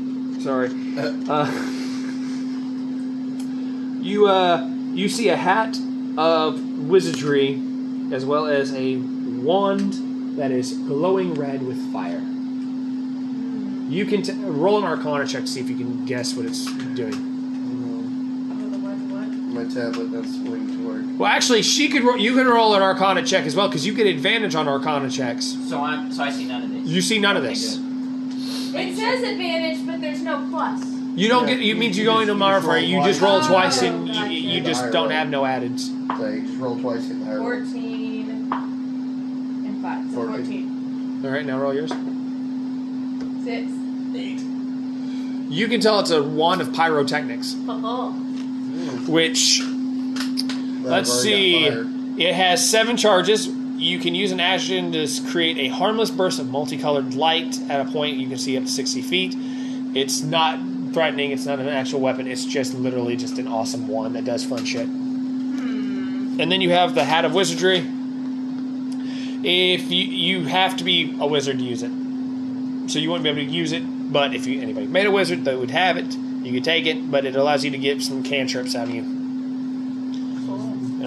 sorry. Uh, you uh, you see a hat of wizardry, as well as a wand that is glowing red with fire. You can t- roll an Arcana check to see if you can guess what it's doing.
Mm, My tablet that's going to work.
Well, actually, she could. Ro- you can roll an Arcana check as well because you get advantage on Arcana checks.
So I so I see none of this. (laughs)
You see none of this.
It says advantage, but there's no plus.
You don't
Yeah,
get. It
you-
means you
you
go
just-
into
you
modifier.
just
You
roll
just
twice.
roll twice,
Oh,
and you,
gotcha.
you just don't have no addeds.
So you just roll twice hit the higher roll.
14 and 5. So
Fourteen.
14.
All right, now roll yours.
6.
Eight.
You can tell it's a wand of pyrotechnics,
Oh.
which
Mm, That
Let's
I've
see.
already got fired.
It has seven charges. You can use an action to s- create a harmless burst of multicolored light at a point you can see up to 60 feet. It's not threatening, it's not an actual weapon, it's just literally just an awesome wand that does fun shit. And then you have the Hat of Wizardry. If you, you have to be a wizard to use it. So you wouldn't be able to use it, but if you, anybody made a wizard, they would have it. You could take it, but it allows you to get some cantrips out of you.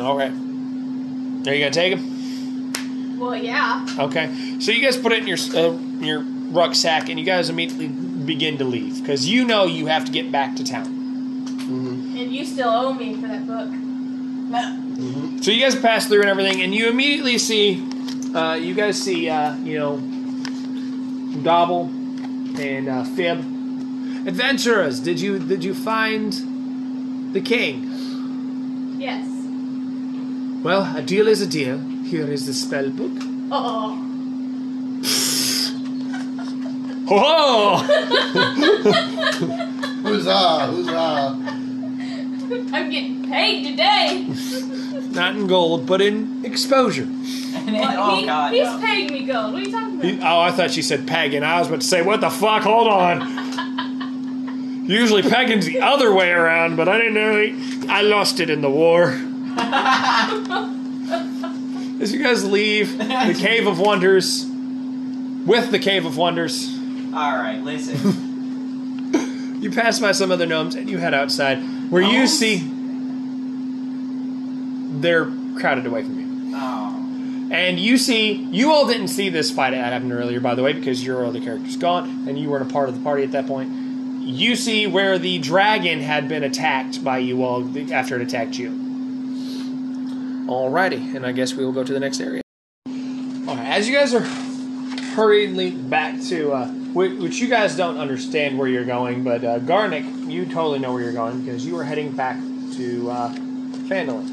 All right. Are you going to take them?
Well, yeah.
Okay, so you guys put it in your uh, your rucksack, and you guys immediately begin to leave because you know you have to get back to town.
Mm-hmm.
And you still owe me for that book.
Mm-hmm.
So you guys pass through and everything, and you immediately see, uh, you guys see, uh, you know, Dobble and uh, Fib. Adventurers, did you did you find the king?
Yes.
Well, a deal is a deal. Here is the spell book.
Oh.
Oh,
Huzzah! Huzzah!
I'm getting paid today.
(laughs) not in gold, but in exposure.
And then,
Well,
oh
he-
god.
He's
oh, no.
paying me gold. What are you talking
You- oh, I thought she said pagan. I was about to say, what the fuck? Hold on. Usually pagan's the other way around, but I didn't know. It. I lost it in the war. As you guys leave the Cave of Wonders, with the Cave of Wonders,
(laughs) Alright,
(laughs)
listen.
you pass by some other gnomes and you head outside, where you
Gnomes?
see they're crowded away from you.
Oh.
And you see, you all didn't see this fight that happened earlier, by the way, because your other character's gone, and you weren't a part of the party at that point. You see where the dragon had been attacked by you all th- after it attacked you. Alrighty, and I guess we will go to the next area. All right, as you guys are hurriedly back to, uh, which, which you guys don't understand where you're going, but uh, Garnick, you totally know where you're going because you are heading back to uh, Fandolin.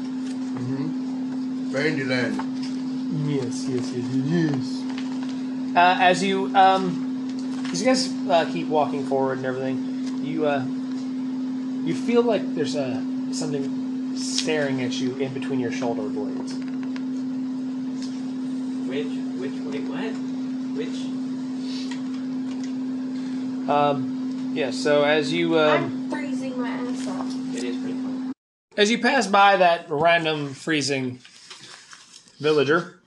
Bandyland.
Yes, yes, yes, yes. Uh, as you, um, as you guys uh, keep walking forward and everything, you uh, you feel like there's uh, something staring at you in between your shoulder blades.
Which, which, wait, what? Which?
Um, yeah. So as you um,
I'm freezing my ass off.
It is pretty cool.
as you pass by that random freezing villager,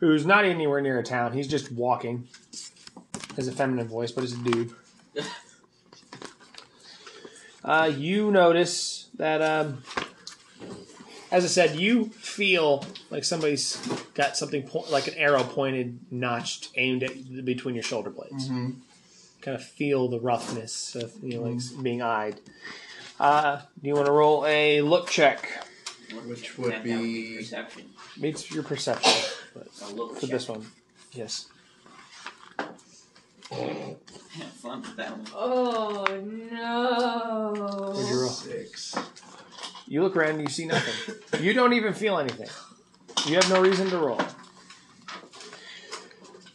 who's not anywhere near a town, he's just walking. Has a feminine voice, but it's a dude. Uh, you notice that, um, as I said, you feel like somebody's got something po- like an arrow pointed, notched, aimed at between your shoulder blades. Kind of feel the roughness of you know, like s- being eyed. Uh, do you want to roll a look check?
Which
That-
would
that
be
Perception.
It's your perception but
A look
for
check.
this one. Yes.
Have (laughs) fun with that one.
Oh no.
What'd you roll?
six.
You look around and you see nothing. you don't even feel anything. You have no reason to roll.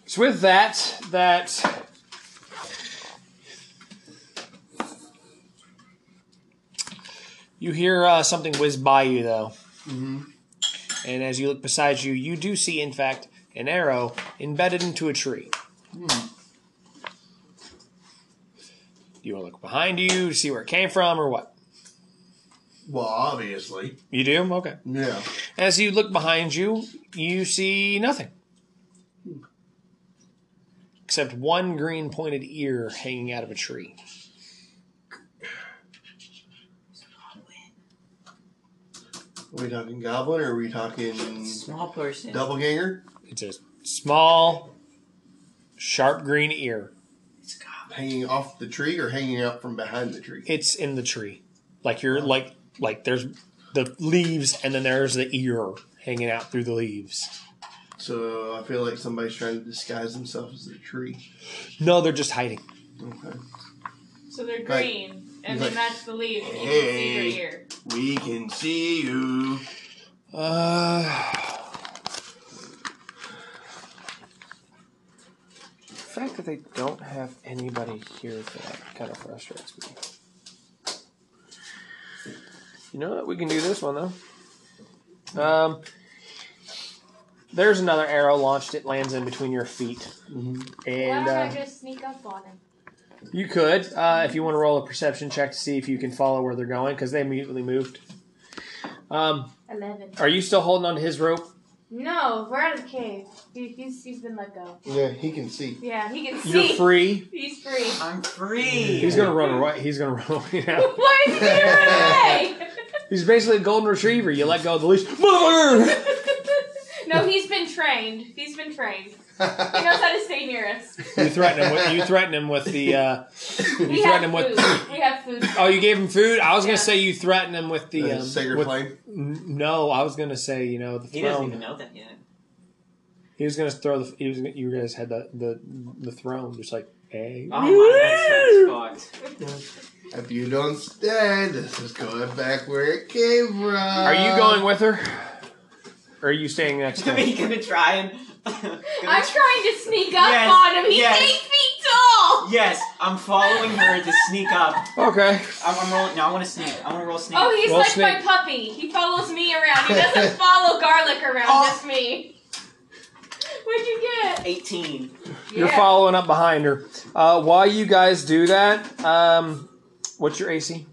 It's with that that you hear uh, something whiz by you though. Mm-hmm. And as you look beside you, you do see, in fact, an arrow embedded into a tree. Hmm. You want to look behind you, see where it came from, or what?
Well, obviously.
You do? Okay.
Yeah.
As you look behind you, you see nothing. Except one green pointed ear hanging out of a tree.
Are we talking goblin or are we talking
Small person.
doppelganger?
It's a small, sharp green ear.
It's a goblin.
Hanging off the tree or hanging out from behind the tree?
It's in the tree. Like you're like like there's the leaves and then there's the ear hanging out through the leaves.
So I feel like somebody's trying to disguise themselves as a tree.
No, they're just hiding.
Okay.
So they're
Like-
green and they
like-
match the leaves. and You can see
Hey.
your ear.
We can see you.
Uh, the fact that they don't have anybody here for that kind of frustrates me. You know what? We can do this one though. Um, there's another arrow launched. It lands in between your feet, and
Why
uh,
don't I just sneak up on him?
you could, uh, if you want to roll a perception check to see if you can follow where they're going, because they immediately moved. Um,
Eleven.
are you still holding on to his rope?
No, we're out of the cave. He, he's, he's been let go.
Yeah, he can see. (laughs)
Yeah, he can
You're
see.
free.
He's free.
(laughs)
(laughs)
I'm free.
He's gonna run away. He's gonna (laughs) run away now.
Why is he gonna
(laughs)
run away? (laughs)
He's basically a golden retriever. You let go of the leash, motherfucker.
no, he's been trained. He's been trained. He knows how to stay near us.
You threaten him. With, you
(laughs)
threaten him with the. Uh,
We
you
have
threaten him
food.
with. (laughs)
We have food.
Oh, you gave him food. I was gonna
Yeah.
say you threaten him with the.
The
Um,
Sacred
with-
Flame.
N- no, I was gonna say you know the
He doesn't
throne.
even know that yet.
He was gonna throw the. He was. gonna- You guys had the the the throne. Just like hey.
Oh my, that's, that's fucked.
If you don't stay, this is going back where it came from.
Are you going with her? Or are you staying next to
(laughs) Are
me?
we gonna try and? (laughs) gonna
I'm
try-
trying to sneak up
Yes,
on him. He's
yes.
eight feet tall.
Yes, I'm following her to sneak up.
Okay.
I'm, I'm rolling. No, I want to sneak. I want to roll sneak.
Oh, he's
Well,
like
sneak.
my puppy. He follows me around. He doesn't follow garlic around,
Oh.
just me. What'd you get?
18.
You're
Yeah.
following up behind her. Uh, while you guys do that, um, what's your AC?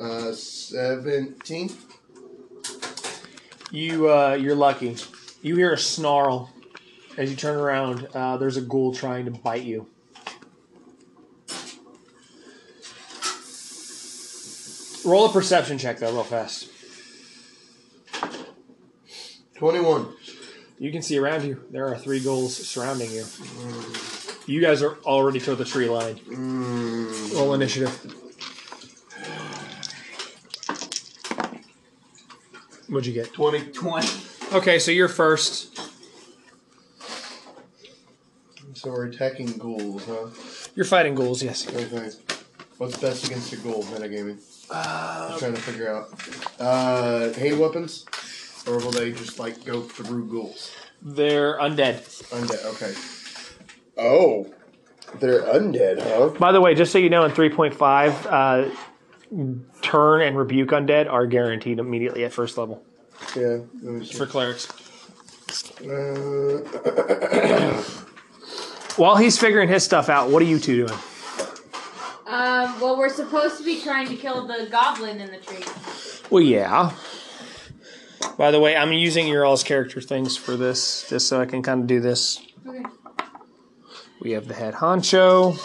Uh, 17.
You uh, you're lucky. You hear a snarl as you turn around. Uh, there's a ghoul trying to bite you. Roll a perception check though, real fast.
21.
You can see around you. There are three ghouls surrounding you. You guys are already to the tree line.
Mm.
Roll initiative. What'd you get?
20.
20.
Okay, so you're first.
So we're attacking ghouls, huh?
You're fighting ghouls, yes.
Okay. What's best against a ghoul metagaming? I'm trying to figure out. Uh, hand weapons? Or will they just like go through ghouls?
They're undead.
Undead, okay. Oh. They're undead, huh?
By the way, just so you know, in 3.5, uh, turn and rebuke undead are guaranteed immediately at first level
Yeah. let me see.
for clerics.
Uh,
While he's figuring his stuff out, what are you two doing?
Um, well, we're supposed to be trying to kill the goblin in the tree.
Well, yeah. By the way, I'm using your all's character things for this, just so I can kind of do this.
Okay.
We have the head honcho.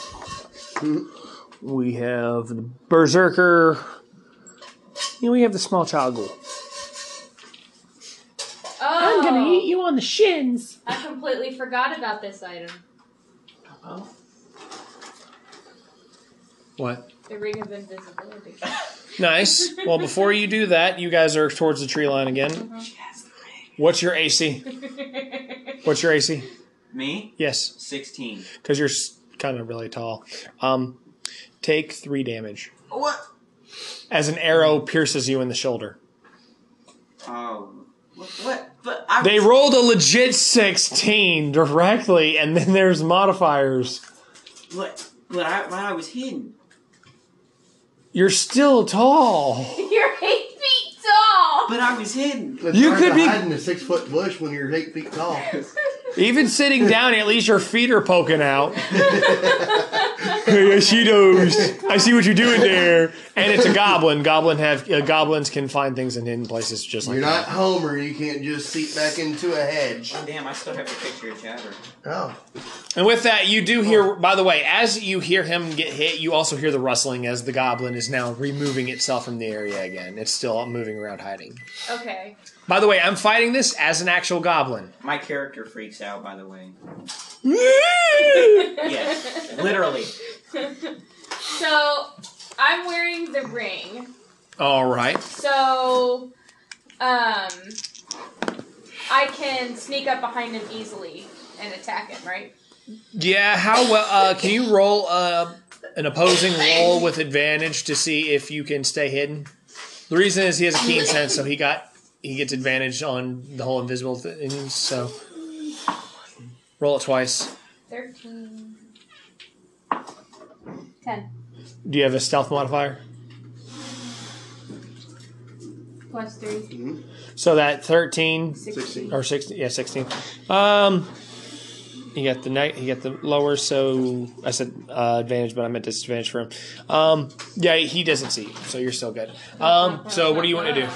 We have the berserker. And we have the small child ghoul.
Oh,
I'm gonna eat you on the shins.
I completely forgot about this item.
What?
The ring of invisibility. (laughs)
Nice. Well, before you do that, you guys are towards the tree line again.
She has the ring.
What's your AC? What's your AC?
Me?
Yes,
16.
because you're kind of really tall. Um, take three damage
What?
as an arrow pierces you in the shoulder.
Oh. What? what? But I
They rolled a legit 16 directly, and then there's modifiers.
But, but I, but I was hidden.
You're still tall.
You're eight feet tall.
But I was hidden.
it's
You
hard
could
to
be-
hide in a six foot bush when you're eight feet tall.
Even sitting down, at least your feet are poking out. yes, she knows. I see what you're doing there. And it's a goblin. Goblin have uh, goblins can find things in hidden places just like
You're not Homer. You can't just seep back into a hedge.
Damn, I still have the picture of Jabber.
Oh.
And with that, you do hear. By the way, as you hear him get hit, you also hear the rustling as the goblin is now removing itself from the area again. It's still moving around hiding.
okay. (laughs)
By the way, I'm fighting this as an actual goblin.
My character freaks out, by the way.
Woo!
Yes, literally.
So I'm wearing the ring.
All right.
So, um, I can sneak up behind him easily and attack him, right?
Yeah. How well? Uh, can you roll uh, an opposing roll with advantage to see if you can stay hidden? The reason is he has a keen sense, so he got he gets advantage on the whole invisible thing. So roll it twice.
13. 10.
Do you have a stealth modifier?
Plus 3.
So that thirteen
16.
or sixteen? Yeah, sixteen. Um, he got the night. He got the lower. So I said uh, advantage, but I meant disadvantage for him. Um, yeah, he doesn't see you, so you're still good. Um, so what do you want to do?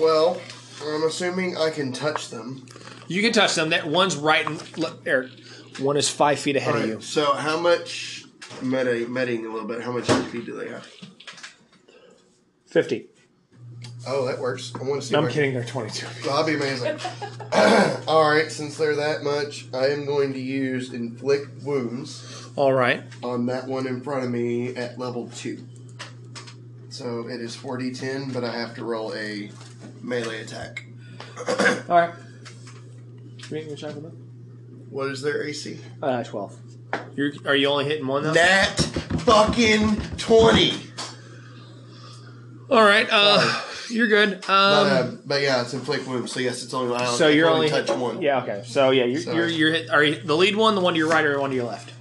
Well, I'm assuming I can touch them.
You can touch them. That one's right and look, Eric. One is five feet ahead of
Alright,
you.
So, how much meta, metaing a little bit? How much HP do they have?
Fifty.
Oh, that works. I want to see.
No, I'm
where-
kidding. They're twenty-two.
That'd be amazing. (laughs) All right, since they're that much, I am going to use inflict wounds
All right.
on that one in front of me at level two. So it is 4d10, but I have to roll a melee attack.
All right. You make me check with them?
What is their AC?
Uh, twelve. You're, are you only hitting one though?
Nat fucking 20.
All right. Uh, you're good.
but,
Um,
uh, but yeah, it's inflict wounds. So yes, it's only I
so you're
can
only
touch one.
Yeah. Okay. So yeah, you're
Sorry.
you're, you're hit, are you, the lead one, the one to your right, or the one to your left?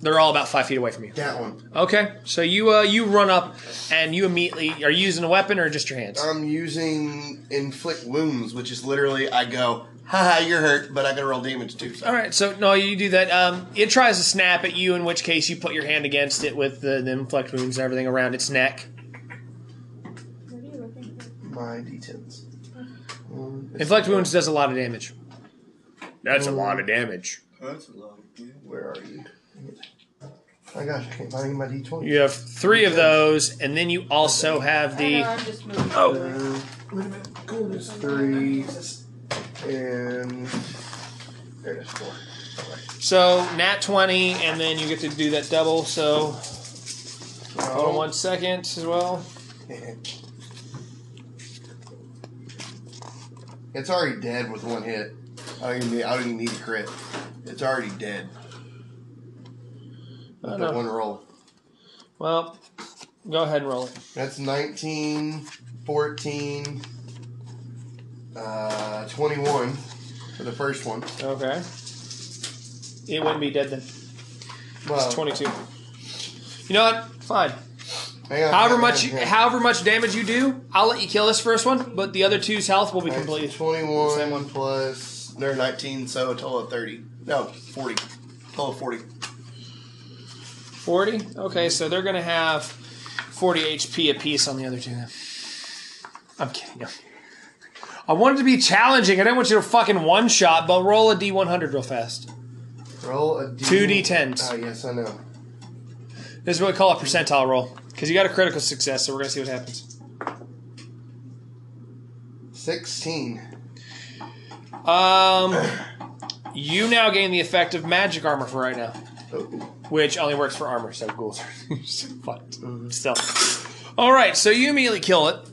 They're all about five feet away from you.
that one.
Okay. So you uh you run up and you immediately are you using a weapon or just your hands?
I'm using inflict wounds, which is literally I go haha, you're hurt, but I can roll damage too. So.
All right, so no, you do that. Um, it tries to snap at you, in which case you put your hand against it with the, the inflict wounds and everything around its neck.
What are you looking for?
My d10s. Um, it's-
Inflict wounds does a lot of damage. That's a lot of damage.
That's a lot.
Where are you? Oh my gosh, I can't find my d20.
You have three of those, and then you also have
I know,
the.
I'm just moving.
Oh,
Uh, wait a minute. Gold is three, and there it is four.
so nat twenty, and then you get to do that double. So hold on
Oh,
one second as well.
It's already dead with one hit. I don't even need, I don't even need a crit. It's already dead.
I
With
don't
that
know.
one roll.
Well, go ahead and roll it.
That's 19, 14, uh, 21 for the first one.
Okay. It wouldn't be dead then.
Well,
It's twenty-two. You know what? Fine.
hang on,
However
hang on,
much,
hang on.
however much damage you do, I'll let you kill this first one, but the other two's health will be
Alright, so
completely.
21
Same one.
plus. They're 19, so a total of 30. No, 40. Total of 40.
40? Okay, so they're going to have 40 HP apiece on the other two then. I'm kidding. I'm kidding. I wanted to be challenging. I didn't want you to fucking one shot, but roll a d100 real fast.
Roll a D.
Two D10s.
Oh, yes, I know.
This is what we call a percentile roll because you got a critical success, so we're going to see what happens.
16.
Um, you now gain the effect of magic armor for right now,
Oh,
which only works for armor, so ghouls are (laughs) so fucked. Still. All right, so you immediately kill it.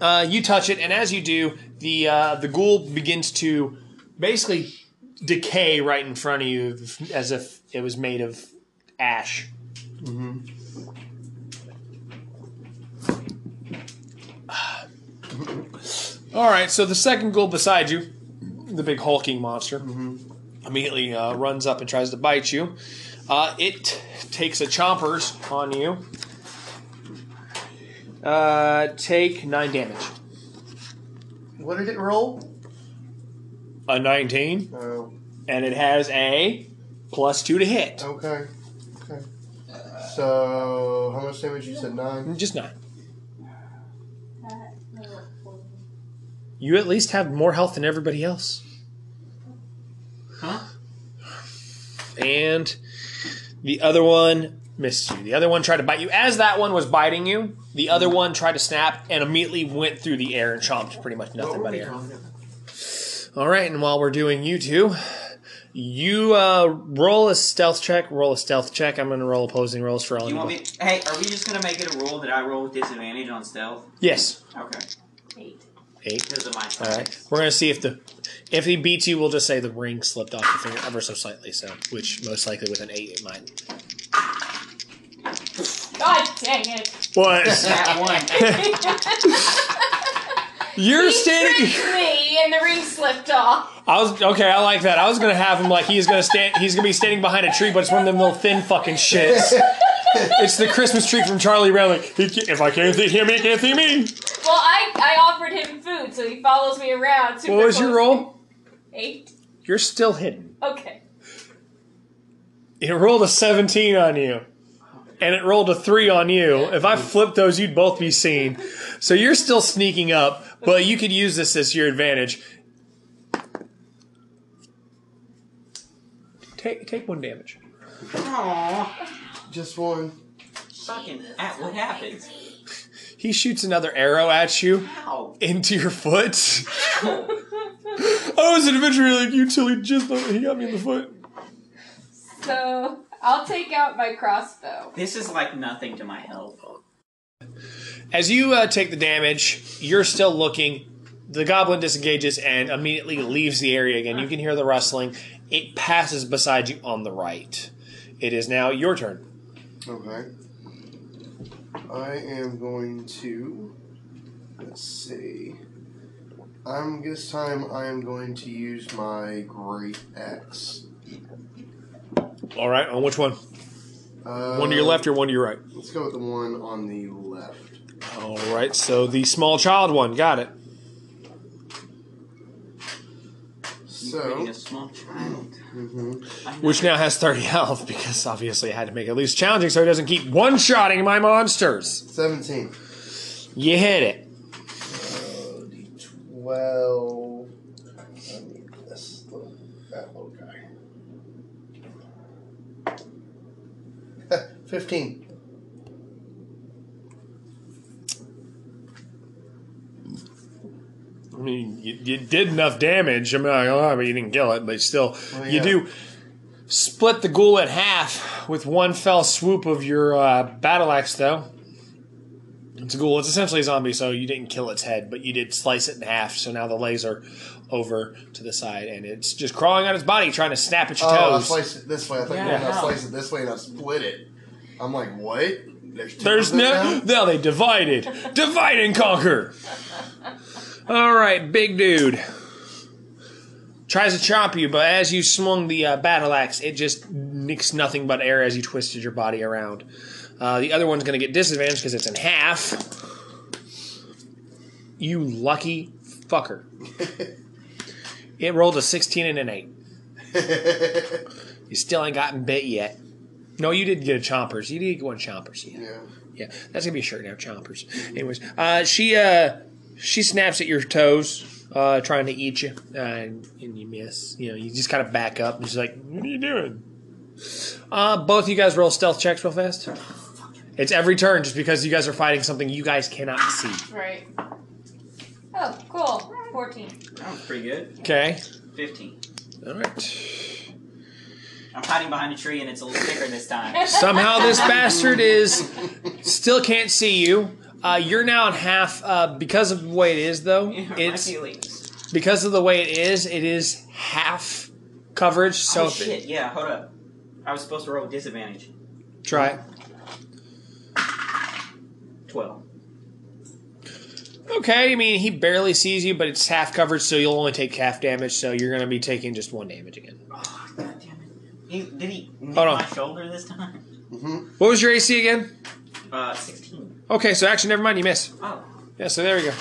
Uh, you touch it, and as you do, the uh, the ghoul begins to basically decay right in front of you, as if it was made of ash. All right, so the second ghoul beside you, the big hulking monster, immediately uh, runs up and tries to bite you. Uh, it takes a chompers on you. Uh, take nine damage.
what did it roll?
A 19,
Oh,
and it has a plus two to hit.
okay. Okay. So, how much damage? You said 9?
Just nine. You at least have more health than everybody else.
Huh?
And the other one missed you. The other one tried to bite you. As that one was biting you, the other one tried to snap and immediately went through the air and chomped pretty much nothing but air. All right, and while we're doing you two, you uh, roll a stealth check. Roll a stealth check. I'm going to roll opposing rolls for all
Do
of
you
you. (laughs)
want me? Hey, are we just gonna make it a rule that I roll with disadvantage on stealth?
yes,
Okay,
Eight.
eight.
because of my.
All right, we're gonna see if the if he beats you, we'll just say the ring slipped off your finger ever so slightly. So, which most likely with an eight, it might.
God dang
(laughs)
it!
What?
That one.
You're
he
standing.
tricked me, and the ring slipped off.
(laughs) I was okay. I like that. I was gonna have him like he's gonna stand. He's gonna be standing behind a tree, but it's one of them little thin fucking (laughs) shits. It's the Christmas tree from Charlie Brown. Like he can't- if I can't th- hear me, he can't see me.
Well, I I offered him food, so he follows me around. Super
What was your
closely.
roll?
Eight.
You're still hidden.
Okay.
It rolled a seventeen on you, and it rolled a three on you. If I flipped those, you'd both be seen. So you're still sneaking up, but you could use this as your advantage. Take take one damage.
Aw,
Just one.
fucking. At, what happens?
He shoots another arrow at you.
Ow.
into your foot. (laughs) I was an adventurer like you till he just he got me in the foot.
So I'll take out my crossbow.
This is like nothing to my health.
As you uh, take the damage, you're still looking. The goblin disengages and immediately leaves the area again. You can hear the rustling. It passes beside you on the right. It is now your turn.
Okay. I am going to. Let's see. I'm this time. I am going to use my great axe.
All right, on which one?
Uh,
One to your left or one to your right?
Let's go with the one on the left.
All right, so the small child one. Got it.
So,
a small child.
Which now has 30 (laughs) health because obviously I had to make it at least challenging so it doesn't keep one shotting my monsters.
17.
You hit it.
Uh, D12. I need this little, that
(laughs)
little guy. 15.
I mean, you, you did enough damage. I'm not gonna lie, oh, but you didn't kill it. But still,
Well,
you
yeah.
do split the ghoul in half with one fell swoop of your uh, battle axe, though. It's a ghoul. It's essentially a zombie, so you didn't kill its head, but you did slice it in half. So now the legs are over to the side, and it's just crawling on its body, trying to snap at your
Oh, I
toes.
sliced it this way. I thought you were
Yeah.
going to slice it this way and I split it. I'm like, what? There's two
There's
of them
no.
now?
No, they divided. Divide and conquer. All right, big dude. Tries to chop you, but as you swung the uh, battle axe, it just nicks nothing but air as you twisted your body around. Uh, the other one's going to get disadvantaged because it's in half. You lucky fucker. it rolled a 16 and an 8. You still ain't gotten bit yet. No, you did get a chompers. You did get one chompers. Yeah.
yeah.
Yeah, that's gonna be a shirt now. Chompers. Anyways, uh, she uh, she snaps at your toes, uh, trying to eat you, uh, and, and you miss. You know, you just kind of back up. And she's like, "What are you doing?" Uh, both you guys roll stealth checks real fast. It's every turn, just because you guys are fighting something you guys cannot see.
Right.
Oh, cool. 14.
That was pretty good.
Okay.
Fifteen.
All right.
I'm hiding behind a tree and it's a little thicker
(laughs)
this time. (laughs)
Somehow this bastard is still can't see you. Uh, you're now in half uh, because of the way it is, though.
It hurt
It's
my feelings.
because of the way it is, it is half coverage. So
oh
if it-
shit! Yeah, hold up. I was supposed to roll with disadvantage.
try it.
Twelve.
Okay, I mean he barely sees you, but it's half coverage, so you'll only take half damage. So you're gonna be taking just one damage again.
Oh, God damn it! He, did he hit
Hold on.
my shoulder this time? (laughs)
What was your AC again?
Uh, sixteen.
Okay, so actually, never mind. You miss.
Oh,
Yeah, so there we go.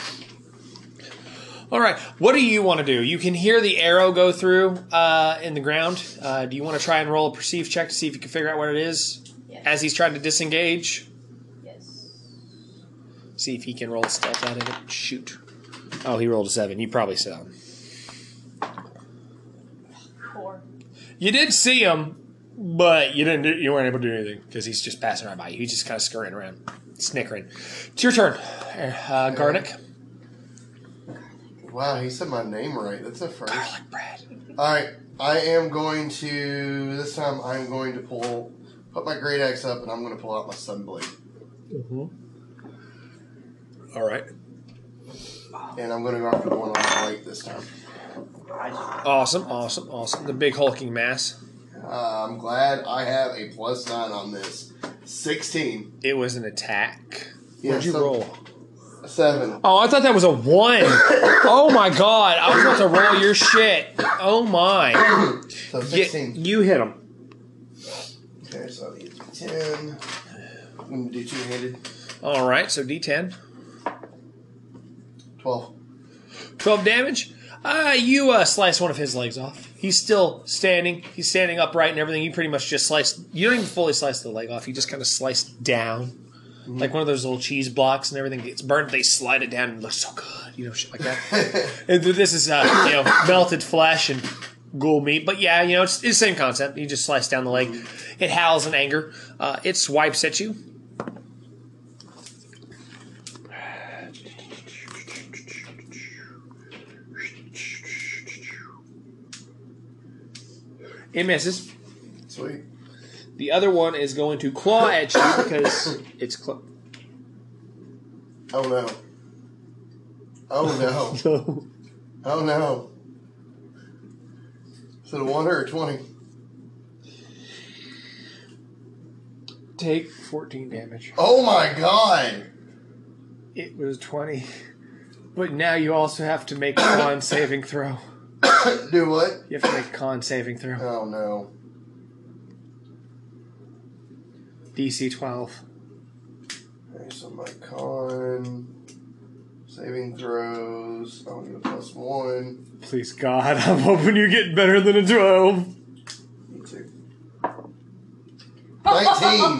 All right, what do you want to do? You can hear the arrow go through uh, in the ground. Uh, do you want to try and roll a perceive check to see if you can figure out what it is
Yes.
as he's trying to disengage?
yes.
See if he can roll stealth out of it. Shoot. Oh, he rolled a seven. You probably saw him.
Four.
You did see him, but you didn't. Do, you weren't able to do anything because he's just passing right by you. He's just kind of scurrying around, snickering. It's your turn, uh, Garlic.
Wow, he said my name right. That's a first.
Garlic bread.
Alright, I am going to. This time I'm going to pull. Put my great axe up and I'm going to pull out my sunblade.
Mm-hmm. All right.
And I'm going to go after the one on the right this time.
I just,
Awesome, awesome, awesome. The big hulking mass.
Uh, I'm glad I have a plus 9 on this. 16.
It was an attack.
Yeah,
What'd you
some-
roll?
7.
Oh, I thought that was a one. oh my god! I was about to roll your shit. Oh my.
So
Yeah,
16.
you hit him.
Okay, so I need 10. I'm going to do two handed.
All right. So D10.
12.
12 damage. Uh, you uh, slice one of his legs off. He's still standing. He's standing upright and everything. You pretty much just sliced. You don't even fully slice the leg off. You just kind of slice down. Like one of those little cheese blocks and everything gets burnt. They slide it down and it looks so good. You know, shit like that. and th- this is, uh, you know, melted flesh and ghoul meat. But yeah, you know, it's, it's the same concept. You just slice down the leg. It howls in anger. Uh, it swipes at you. It misses.
Sweet.
The other one is going to claw at you because it's claw.
Oh no. Oh no. Oh no. So the one or a 20?
Take 14 damage.
Oh my god!
It was 20. But now you also have to make con saving throw.
Do what?
You have to make con saving throw.
Oh no.
DC 12.
Alright, so my con. Saving throws. I want to go plus one.
Please,
(laughs)
God, I'm hoping you get better than a 12.
Me too. 19.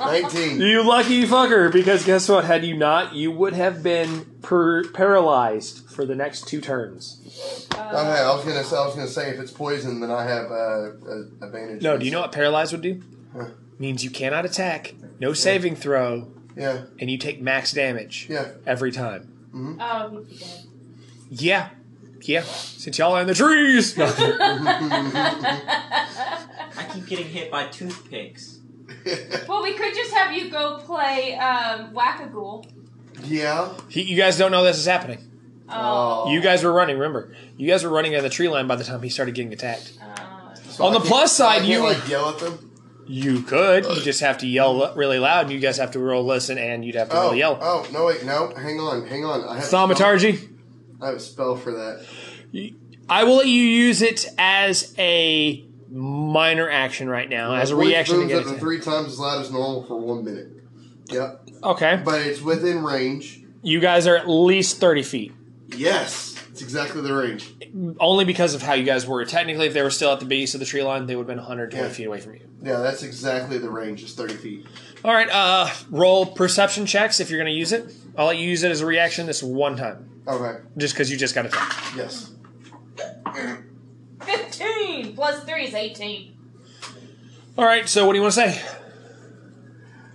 19.
You lucky fucker, because guess what? Had you not, you would have been per- paralyzed for the next two turns.
Okay, I was gonna say, I was gonna say if it's poison, then I have uh, a advantage.
No, do you know what paralyzed would do?
Huh.
Means you cannot attack, no saving throw,
Yeah,
and you take max damage
yeah.
every time.
Oh, he'd be dead.
Yeah. Yeah. Since y'all are in the trees! (laughs) No.
I keep getting hit by toothpicks.
(laughs) well, we could just have you go play um, Whack a Ghoul.
yeah.
He, you guys don't know this is happening.
Oh.
You guys were running, remember? You guys were running on the tree line by the time he started getting attacked.
Uh,
So
On
I
the
can't-
plus
so
side,
I can't,
you-
like yell at them.
You could. You just have to yell lo- really loud, and you guys have to roll listen, and you'd have to
Oh,
roll yell.
oh no! Wait, no. Hang on, hang on. I have a spell-
Thaumaturgy.
I have a spell for that.
I will let you use it as a minor action right now, as a
Voice
reaction to
booms
get
up to
it.
three times as loud as normal for one minute. Yep,
Okay.
but it's within range.
You guys are at least 30 feet.
Yes, it's exactly the range.
Only because of how you guys were. Technically, if they were still at the base of the tree line, they would have been 120
Yeah.
feet away from you.
Yeah, that's exactly the range. Is thirty feet.
All right, uh, roll perception checks if you're going to use it. I'll let you use it as a reaction this one time,
Okay.
just because you just got attacked.
Yes.
15 plus 3 is 18.
All right, so what do you want to say?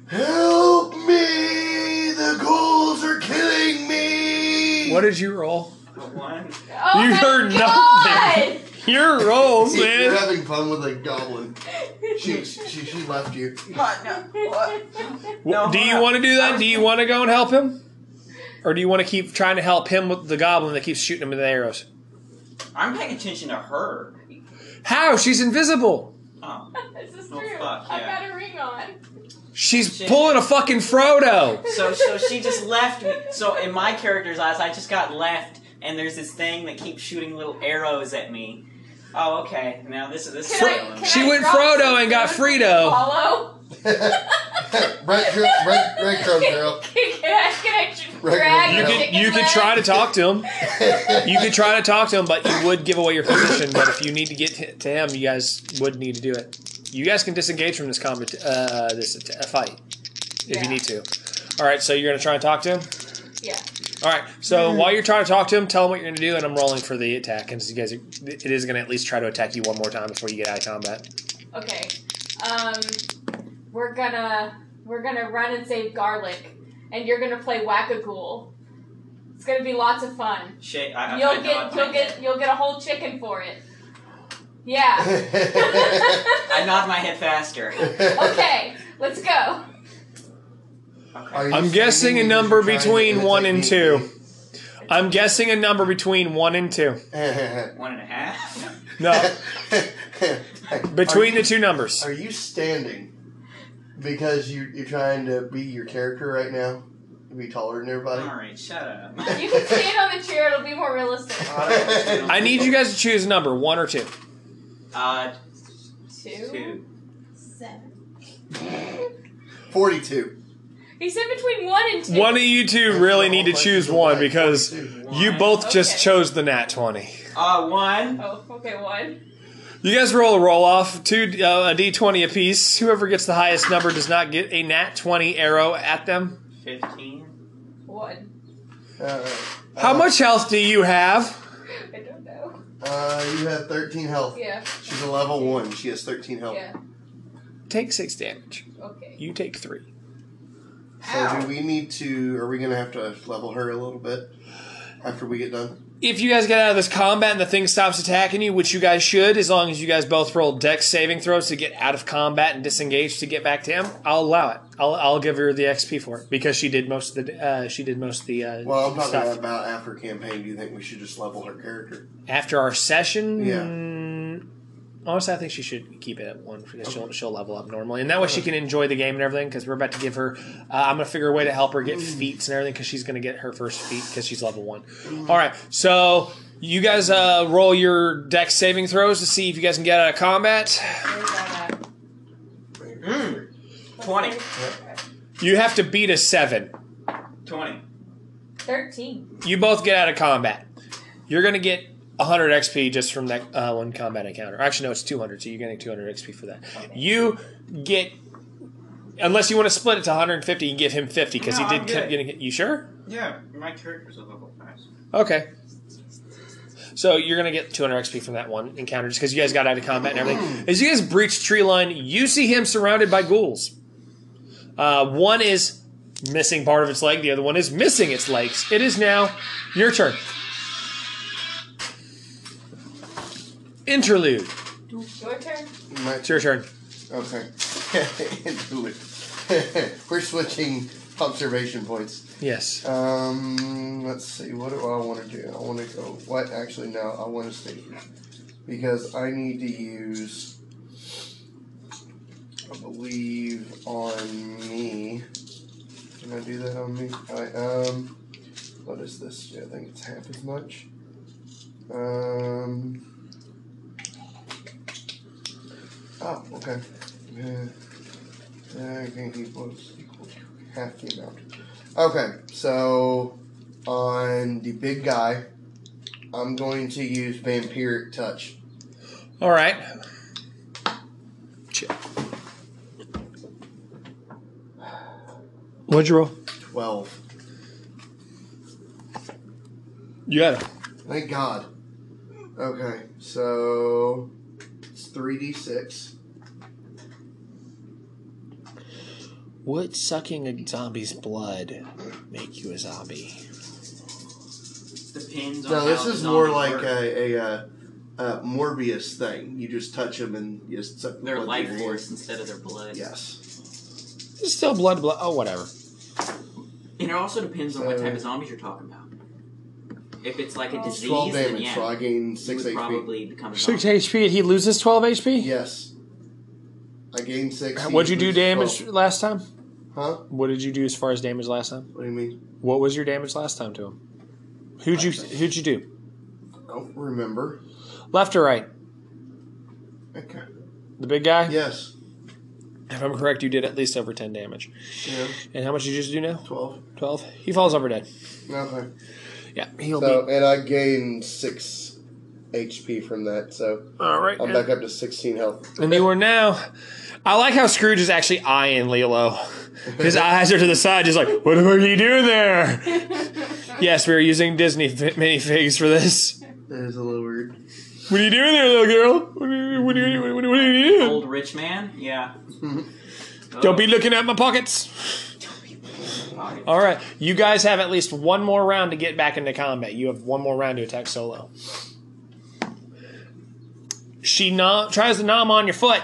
Help me! The ghouls are killing me!
What did you roll?
The one.
Oh
You
my
heard
God!
Your rolls,
(laughs) You're
man.
having fun with a goblin. She, she, she left you.
do you want to do that? Do you want to go and help him, or do you want to keep trying to help him with the goblin that keeps shooting him with the arrows?
(laughs) I'm paying attention to her.
How? She's invisible.
Oh,
(laughs) This is
Oh,
true.
fuck,
I've
yeah.
got a ring on.
She's
Shit.
pulling a fucking Frodo.
so so she just left me. So in my character's eyes, I just got left, and there's this thing that keeps shooting little arrows at me. Oh, okay. Now this is this. Is
Can
fun.
I, can
She
I
went
drop
Frodo
some
and got
food
Frito.
to Follow? (laughs)
Bread, cr- bread, breadcrumb, girl.
can, I, can I dr-
Right,
drag
right,
You
a
right.
could
chicken
you could
leg?
try to talk to him.
(laughs)
You could try to talk to him, but you would give away your position. But if you need to get hi- to him, you guys would need to do it. You guys can disengage from this combat, uh, this att- uh, fight, if
Yeah.
you need to. All right, so you're gonna try and talk to him.
Yeah.
All right, so
Mm-hmm.
while you're trying to talk to him, tell him what you're gonna do, and I'm rolling for the attack. And you guys, it is gonna at least try to attack you one more time before you get out of combat.
Okay. Um, we're gonna we're gonna run and save garlic, and you're gonna play whack a ghoul. It's gonna be lots of fun.
Shit, I, I, I
You'll
nod
get
my
you'll get
head.
you'll get a whole chicken for it. Yeah.
I nod my head
(laughs)
faster. Okay.
(laughs) okay, let's go.
Are you
I'm guessing a
standing
number
or trying to
between
imitate
one and
me? (laughs)
two. I'm guessing a number between one and two.
One and a
(laughs)
half.
No, between the two numbers.
Are you standing because you, you're trying to be your character right now? To be taller than
All
everybody?
Uh-huh.
(laughs)
right, shut up.
You can stand on the chair; it'll be more realistic.
I need you guys to choose a number, one or two.
Uh,
Two,
two.
seven.
42.
He said between one and two.
One of you two really need to choose one because you both just
Okay.
chose the nat 20.
Uh, one.
Oh, okay, one.
You guys roll a roll off, two uh, a d20 apiece. Whoever gets the highest number does not get a nat 20 arrow at them.
Fifteen.
One.
Uh,
How
uh,
much health do you have?
I don't
(laughs)
know.
Uh, you have 13 health.
Yeah,
She's a level 1. She has 13
Oh.
health.
yeah.
Take six damage.
Okay.
You take three.
So do we need to? Are we gonna have to level her a little bit after we get done?
If you guys get out of this combat and the thing stops attacking you, which you guys should, as long as you guys both roll dex saving throws to get out of combat and disengage to get back to him, I'll allow it. I'll, I'll give her the XP for it because she did most of the uh, she did most of the uh,
Well, I'm talking
stuff
about after campaign. Do you think we should just level her character?
after our session. mm,
Yeah.
Honestly, I think she should keep it at one because she'll she'll level up normally, and that way she can enjoy the game and everything. Because we're about to give her, uh, I'm gonna figure a way to help her get feats and everything because she's gonna get her first feat because she's level one. All right, so you guys uh, roll your dex saving throws to see if you guys can get out of combat.
Where's that at?
Mm. Twenty.
You have to beat a seven.
Twenty.
Thirteen.
You both get out of combat. You're gonna get 100 XP just from that uh, one combat encounter. Actually, no, it's 200, so you're getting 200 XP for that. You get, unless you want to split it to 150 and give him 50 because
No,
he
I'm
did keep
good.
getting. You sure?
Yeah, my character's a level five. so-
Okay. So you're gonna get 200 XP from that one encounter just because you guys got out of combat and everything. As you guys breach tree line, you see him surrounded by ghouls. Uh, one is missing part of its leg. The other one is missing its legs. It is now your turn. Interlude.
Your turn.
My-
It's your turn.
Okay. (laughs) We're switching observation points.
Yes.
Um, let's see. What do I want to do? I want to go. What? Actually, no. I want to stay here because I need to use. I believe on me. Can I do that on me? I um. What is this? Yeah, I think it's half as much. Um. Oh, okay. Yeah. Yeah, I think equals equal to half the amount. Okay, so on the big guy, I'm going to use vampiric touch.
All right. Check. What'd you roll?
Twelve.
You got it.
Thank God. Okay, so it's three d six.
Would sucking a zombie's blood make you a zombie?
Depends on
(laughs) No, this
how
is
the
more
zombies
like
work.
a, a, uh uh Morbius thing. You just touch them and you just suck the
their
blood
life
through your
force
hand.
instead of their blood.
Yes.
It's still blood, blood. Oh, whatever.
And it also depends on what
So-
type of zombies you're talking about. If it's like a
It's
disease,
Twelve
then
damage,
yeah,
so I gain
you
six
would
HP.
probably become a
Six
zombie.
HP, and he loses twelve HP.
Yes. I gain six. he
What'd you do
loses
damage
12.
last time?
Huh?
What did you do as far as damage last time?
What do you mean?
What was your damage last time to him? Who'd you Who'd you do?
I don't remember.
Left or right?
Okay.
The big guy.
Yes.
If I'm correct, you did at least over ten damage.
Yeah.
And how much did you just do now?
Twelve.
Twelve. He falls over dead.
Okay.
Yeah, he'll
So, and I gained six HP from that, so
be all right.
I'm back up to 16 health.
And you are now. I like how Scrooge is actually eyeing Lilo. His eyes are to the side, just like, what are you doing there? yes, we are using Disney fi- minifigs for this.
That is a little weird.
What are you doing there, little girl? What are you, what are you, what are you, what are you doing?
Old rich man, yeah. Oh,
(laughs) Don't be looking at my pockets.
pocket.
All right, you guys have at least one more round to get back into combat. You have one more round to attack solo. She nom- tries to nom on your foot,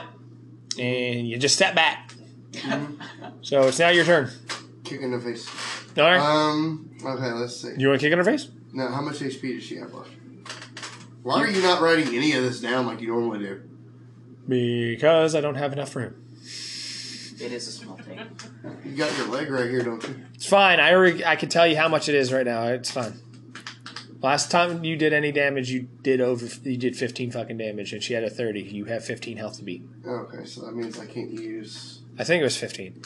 and you just step back. so it's now your turn.
Kick in the face.
All right.
Um, okay, let's see.
You want to kick in her face?
Now, how much HP does she have left? Why are you not writing any of this down like you normally do?
Because I don't have enough room.
It is a small thing.
You got your leg right here, don't you?
It's fine. I already, I can tell you how much it is right now. It's fine. Last time you did any damage, you did over. You did fifteen fucking damage, and she had a thirty. You have fifteen health to beat.
Okay, so that means I can't use.
I think it was fifteen.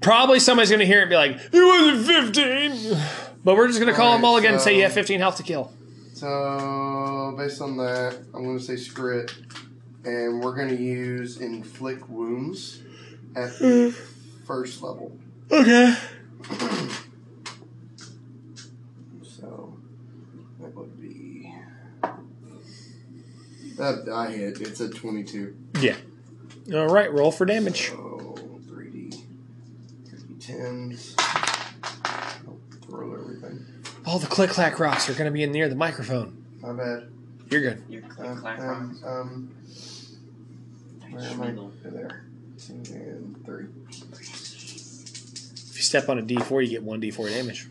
Probably somebody's gonna hear it and be like, "It wasn't 15! But we're just gonna call
Alright,
them all again and say you
so-
have fifteen health to kill.
So, based on that, I'm going to say screw it. And we're going to use inflict wounds at the first level.
Okay.
So that would be. That I hit. It's a twenty-two.
Yeah. All right. Roll for damage.
So Oh, three D, three D tens. I'll Throw everything.
All the click clack rocks are gonna be in near the microphone.
My bad.
You're good.
Your click
Um,
clack rock.
um, um, where am I? There. Two And three.
If you step on a D4, you get one D4 damage.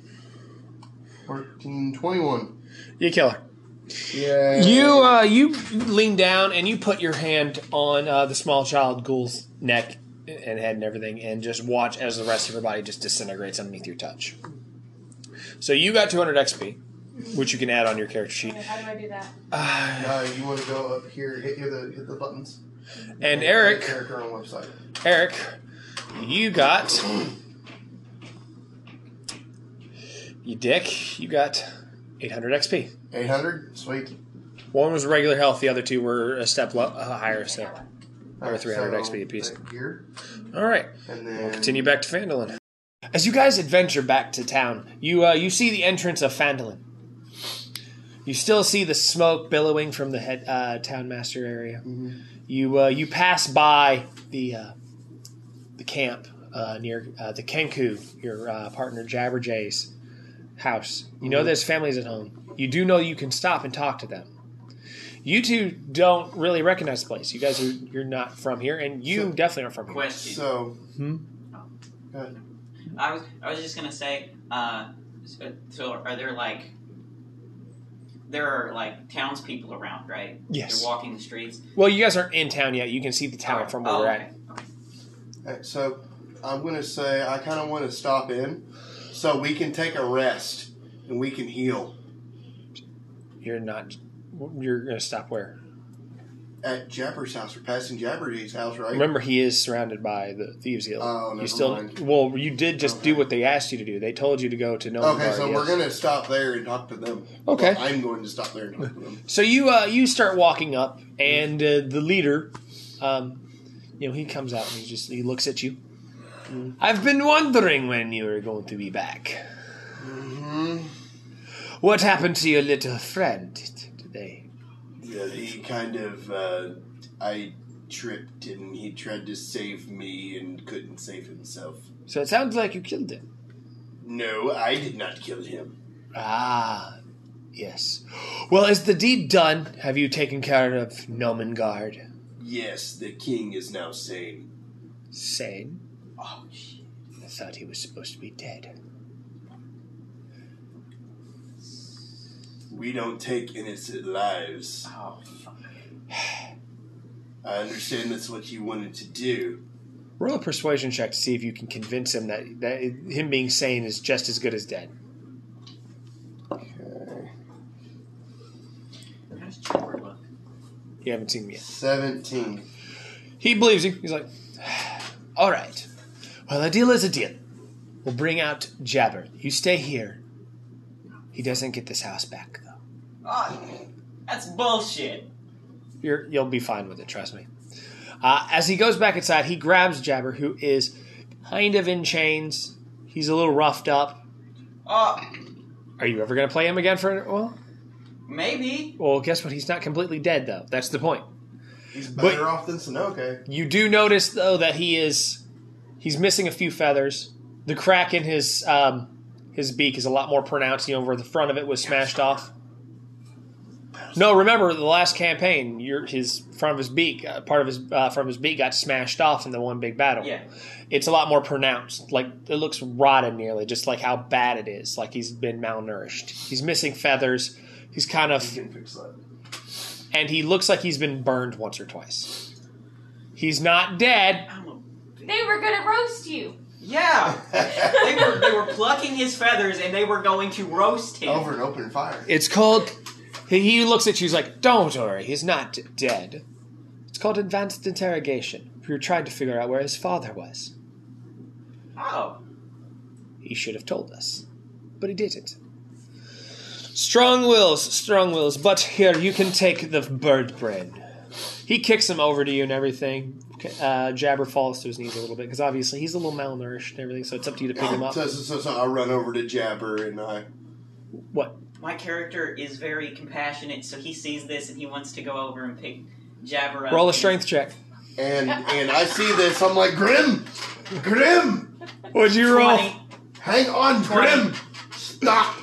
14, 21.
You kill her.
Yeah.
You uh, you lean down and you put your hand on uh, the small child ghoul's neck and head and everything, and just watch as the rest of her body just disintegrates underneath your touch. So you got 200 XP, which you can add on your character sheet.
Wait, How do I do that?
Uh,
Uh, you want to go up here? Hit, hit the hit the buttons.
and Eric,
Character on website.
Eric, you got You dick. You got 800 XP.
800? Sweet.
One was regular health. The other two were a step lo- uh, higher. So,
Alright,
300
so
XP apiece.
that Gear,
all right.
and then
We'll continue back to Fandolin. As you guys adventure back to town, you uh, you see the entrance of Fandolin. You still see the smoke billowing from the head uh, townmaster area. You uh, you pass by the uh, the camp uh, near uh, the Kenku, your uh, partner Jabberjay's house. You know there's families at home. You do know you can stop and talk to them. You two don't really recognize the place. You guys are you're not from here, and you
So-
definitely aren't from here.
Question.
So,
Hmm?
Go ahead.
I was I was just gonna say, uh, s- uh, so are there like there are like townspeople around, right?
Yes.
They're walking the streets.
Well, you guys aren't in town yet. You can see the town
Okay.
from where
oh,
we're
okay.
at.
Okay.
Alright, uh, so I'm gonna say I kind of want to stop in, so we can take a rest and we can heal
You're not. You're going to stop where?
at Jabber's house. We're passing Jabber's house, right?
Remember, he is surrounded by the thieves' guild.
Oh, never
you still.
mind.
Well, you did just do
Okay.
what they asked you to do. They told you to go to no.
Okay, so we're gonna stop there and talk to them.
Okay.
Well, I'm going to stop there and talk to them.
So you uh, you start walking up, and uh, the leader, um, you know, he comes out and he just he looks at you.
Mm-hmm.
I've been wondering when you were going to be back.
hmm
What happened to your little friend t- today?
Yeah, he kind of uh, I tripped and he tried to save me and couldn't save himself.
So it sounds like you killed him.
No, I did not kill him.
Ah, yes. Well, is the deed done? Have you taken care of Nomengard?
Yes, the king is now sane.
Sane?
Oh, shit.
I thought he was supposed to be dead.
we don't take innocent lives.
Oh, fuck.
I understand that's what you wanted to do.
Roll a persuasion check to see if you can convince him that, that him being sane is just as good as dead.
How does Chipper look?
You haven't seen him yet.
Seventeen.
He believes you. He's like, (sighs) all right. Well, a deal is a deal. We'll bring out Jabber. You stay here. He doesn't get this house back, though.
Ah, that's bullshit.
You're, you'll be fine with it, trust me. Uh, as he goes back inside, he grabs Jabber, who is kind of in chains. He's a little roughed up.
Oh,
Are you ever going to play him again for well?
maybe.
Well, guess what? He's not completely dead though. That's the point.
He's
But-
better off
(laughs)
than Sunoke.
You do notice though that he is he's missing a few feathers. The crack in his um, his beak is a lot more pronounced. You know, where the front of it was smashed off. No, remember the last campaign, your his front of his beak, uh, part of his uh, front of his beak got smashed off in the one big battle.
Yeah.
it's a lot more pronounced. Like it looks rotted nearly, just like how bad it is. Like he's been malnourished. He's missing feathers. He's kind
He
of,
can fix that.
and he looks like he's been burned once or twice. He's not dead.
I'm a-
They were gonna roast you.
yeah. they were they were plucking his feathers and they were going to roast him.
Over an open fire.
It's called. He he looks at you. He's like, "Don't worry, he's not d- dead." It's called advanced interrogation. We were trying to figure out where his father was.
Oh.
He should have told us, but he didn't. Strong wills, strong wills, but here you can take the bird brain. He kicks him over to you and everything. Uh, Jabber falls to his knees a little bit because obviously he's a little malnourished and everything, so it's up to you to pick him up.
So, so, so, so I run over to Jabber and I.
What?
My character is very compassionate, so he sees this and he wants to go over and pick Jabber up.
Roll a
and-
strength check.
And and I see this, I'm like, Grim! Grim!
What'd you
20.
Hang on, Grim! Stop!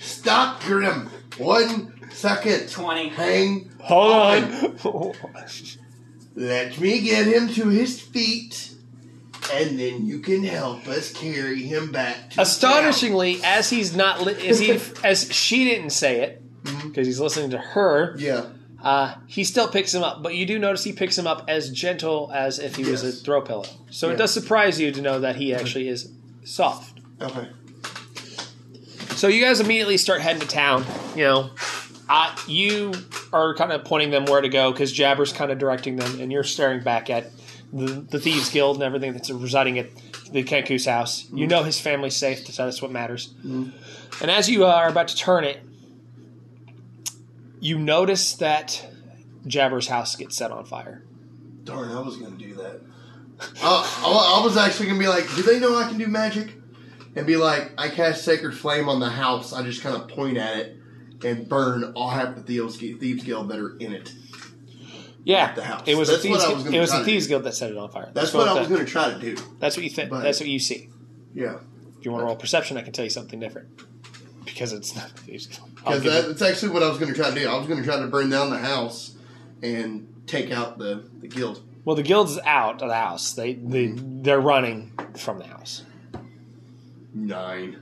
Stop, Grim! One second.
20.
Hang.
Hold on.
Let me get him to his feet, and then you can help us carry him back to
Astonishingly, as he's not, li- as he, as she didn't say it because he's listening to her.
town. Yeah.
Uh, he still picks him up, but you do notice he picks him up as gentle as if he was a
Yes.
throw pillow. So it
Yeah.
does surprise you to know that he actually is soft.
Okay.
So you guys immediately start heading to town. You know, uh, you are kind of pointing them where to go because Jabber's kind of directing them, and you're staring back at the, the thieves guild and everything that's residing at the Kenku's house.
Mm-hmm.
You know his family's safe. so That's what matters. And as you uh, are about to turn it, you notice that Jabber's house gets set on fire.
Darn, I was gonna do that. (laughs) Uh, I I was actually gonna be like, do they know I can do magic? And be like, I cast Sacred Flame on the house. I just kind of point at it and burn all half the thieves, thieves guild that are in it.
Yeah,
The house.
it was
That's
a
what
thieves.
I was gonna
It was
try
a
to
thieves
do.
guild that set it on fire.
That's what I
the-
was gonna try to do.
That's what you think.
but-
That's what you see.
Yeah,
If you want to roll perception, I can tell you something different because it's not the thieves guild. I'll
because
give
that,
it-
that's actually what I was gonna try to do. I was gonna try to burn down the house and take out the the guild.
well, the guild's out of the house. They they
Mm-hmm.
they're running from the house.
Nine.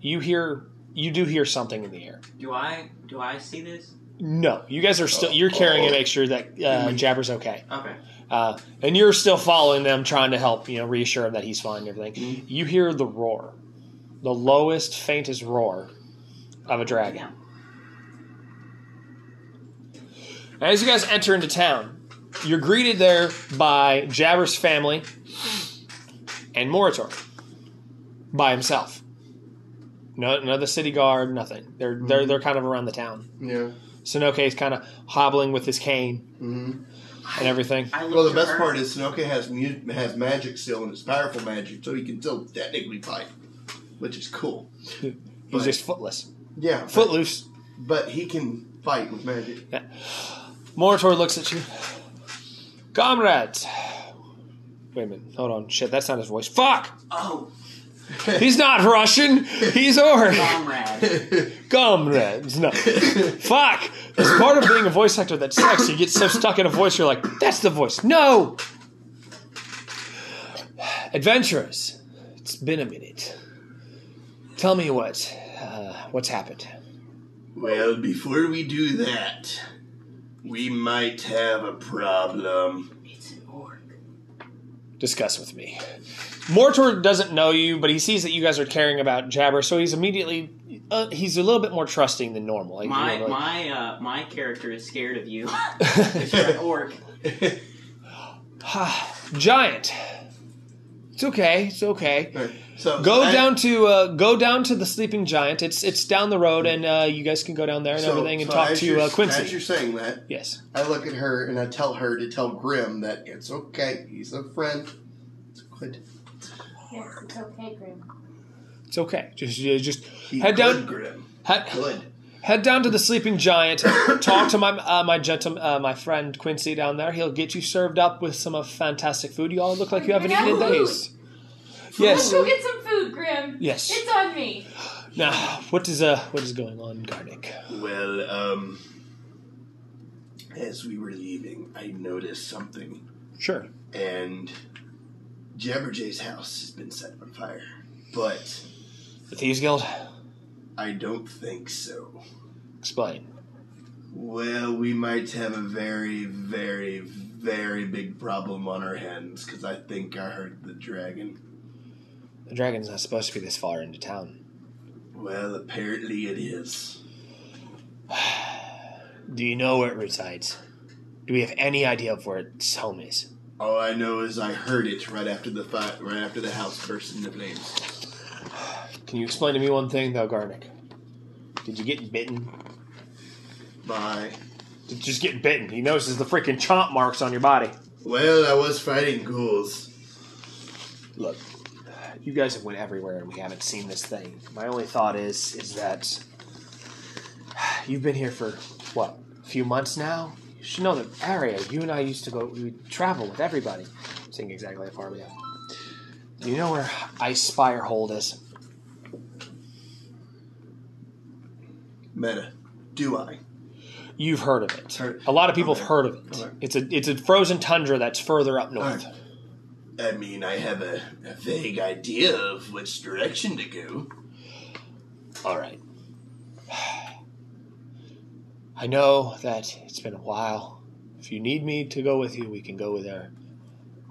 You hear you do hear something in the air.
Do I do I see this?
No, you guys are still you're carrying to make sure that uh,
Mm-hmm.
Jabber's okay.
Okay.
uh, and you're still following them, trying to help, you know, reassure him that he's fine and everything.
Mm-hmm.
You hear the roar, the lowest, faintest roar of a dragon.
Yeah.
As you guys enter into town, you're greeted there by Jabber's family and Morator by himself. No, another city guard, nothing. They're they're they're kind of around the town.
Yeah.
Sonoke is kind of hobbling with his cane and everything.
I look
Well, the
to
best
her.
part is Snoke has mu- has magic still and it's powerful magic, so he can still technically fight, which is cool.
He's just footless,
Yeah, but-
footloose.
but he can fight with magic.
Morator looks at you. Comrades! Wait a minute. Hold on. Shit, that's not his voice. Fuck!
Oh,
He's not Russian! He's Orc!
(laughs)
comrade.
Comrades! No. Fuck! It's part of being a voice actor that sucks. You get so stuck in a voice, you're like, that's the voice. No! Adventurers, it's been a minute. Tell me what. Uh, what's happened?
Well, before we do that, we might have a problem.
it's an orc.
discuss with me. Mortor doesn't know you, but he sees that you guys are caring about Jabber, so he's immediately uh, he's a little bit more trusting than normal. Like,
My
you know, like,
my uh, my character is scared of
(laughs)
you. (laughs) If you're an orc.
(sighs) giant. It's okay. It's okay.
So
Go
I-
down to uh, go down to the sleeping giant. It's it's down the road, and uh, you guys can go down there and
so-
everything, and
so
talk
as
to
you're-
uh,
As you're
Quincy.
saying that,
Yes.
I look at her and I tell her to tell Grim that it's okay. He's a friend. It's good.
Yes, it's okay, Grim.
It's okay. Just just
He's
head
good,
down.
Grim.
Head,
Good.
Head down to the sleeping
(coughs)
giant. Talk to my uh, my gentle, uh, my friend Quincy down there. He'll get you served up with some of fantastic food. You all look like you haven't eaten in days.
Let's
Yes.
go get some food, Grim.
Yes.
It's on me.
Now, what is uh what is going on, Garnick?
Well, um, as we were leaving, I noticed something.
Sure.
and Jabberjay's house has been set on fire. But
The Thieves Guild.
I don't think so.
Explain.
Well, we might have a very, very, very big problem on our hands because I think I heard the dragon.
The dragon's not supposed to be this far into town.
Well, apparently it is.
Do you know where it resides? Do we have any idea of where its home is?
All I know is I heard it right after the fi- right after the house burst into flames.
Can you explain to me one thing though, Garnick? Did you get bitten?
Bye.
Did you just get bitten? He notices the freaking chomp marks on your body.
Well, I was fighting ghouls.
Look, you guys have went everywhere and we haven't seen this thing. My only thought is is that you've been here for what a few months now. You should know the area. You and I used to go. We would travel with everybody. I'm saying exactly how far we have. Do you know where Ice Spire Hold is?
Meta, do I?
You've heard of it.
Heard-
A lot of people have
okay,
heard of it.
okay.
It's a it's a frozen tundra that's further up north.
Alright. I mean, I have a, a vague idea of which direction to go.
All right. (sighs) I know that it's been a while. If you need me to go with you, we can go there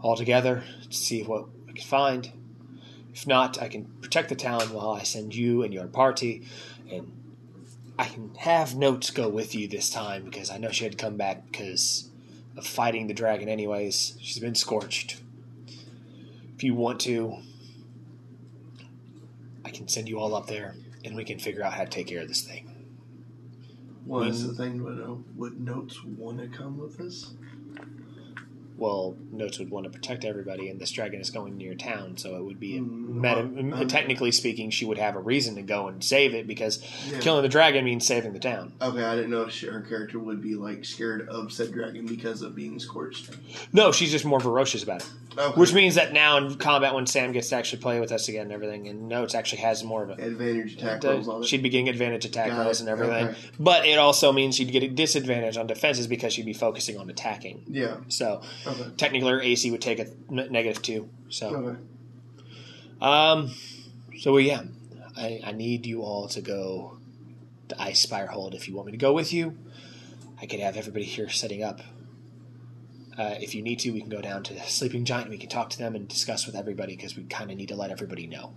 all together to see what we can find. If not, I can protect the town while I send you and your party, and I can have Notes go with you this time because I know she had to come back because of fighting the dragon, anyways. She's been scorched. If you want to, can send you all up there, and we can figure out how to take care of this thing.
Well, that's the thing. Would, uh, would notes want to come with us?
Well, Notes would want to protect everybody, and this dragon is going near town, so it would be.
Mm,
meta-
uh,
technically speaking, she would have a reason to go and save it because
yeah.
killing the dragon means saving the town.
Okay, I didn't know if she, her character would be like scared of said dragon because of being scorched.
No, she's just more ferocious about it,
Okay.
which means that now in combat, when Sam gets to actually play with us again and everything, and Notes actually has more of a
advantage attack rolls on it.
she'd be getting advantage attack
Got
rolls
it.
and everything.
Okay.
But it also means she'd get a disadvantage on defenses because she'd be focusing on attacking.
Yeah.
So
Okay.
technically, her AC would take a n- negative two. So,
Okay.
um, so yeah, I, I need you all to go to Ice Spire Hold if you want me to go with you. I could have everybody here setting up. Uh, if you need to, we can go down to Sleeping Giant. and We can talk to them and discuss with everybody because we kind of need to let everybody know.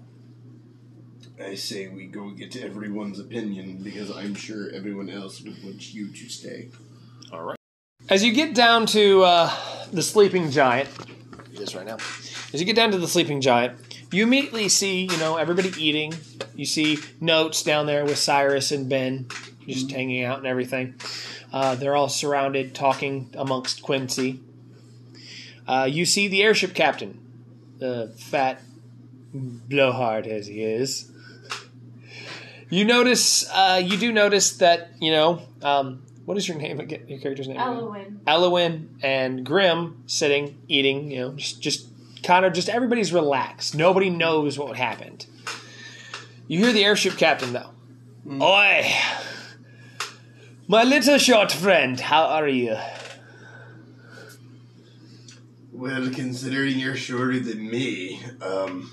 I say we go get to everyone's opinion because I'm sure everyone else would want you to stay.
All right. As you get down to uh, the sleeping giant, it is right now. As you get down to the sleeping giant, you immediately see you know everybody eating. You see notes down there with Cyrus and Ben just hanging out and everything. Uh, they're all surrounded, talking amongst Quincy. Uh, you see the airship captain, the fat blowhard as he is. You notice, uh, you do notice that, you know, um, what is your name again? Your character's name? again?
Elowin.
Alowin and Grim sitting, eating, you know, just, just kind of just everybody's relaxed. Nobody knows what happened. You hear the airship captain, though.
Mm.
Oi! My little short friend, how are you?
Well, considering you're shorter than me, um,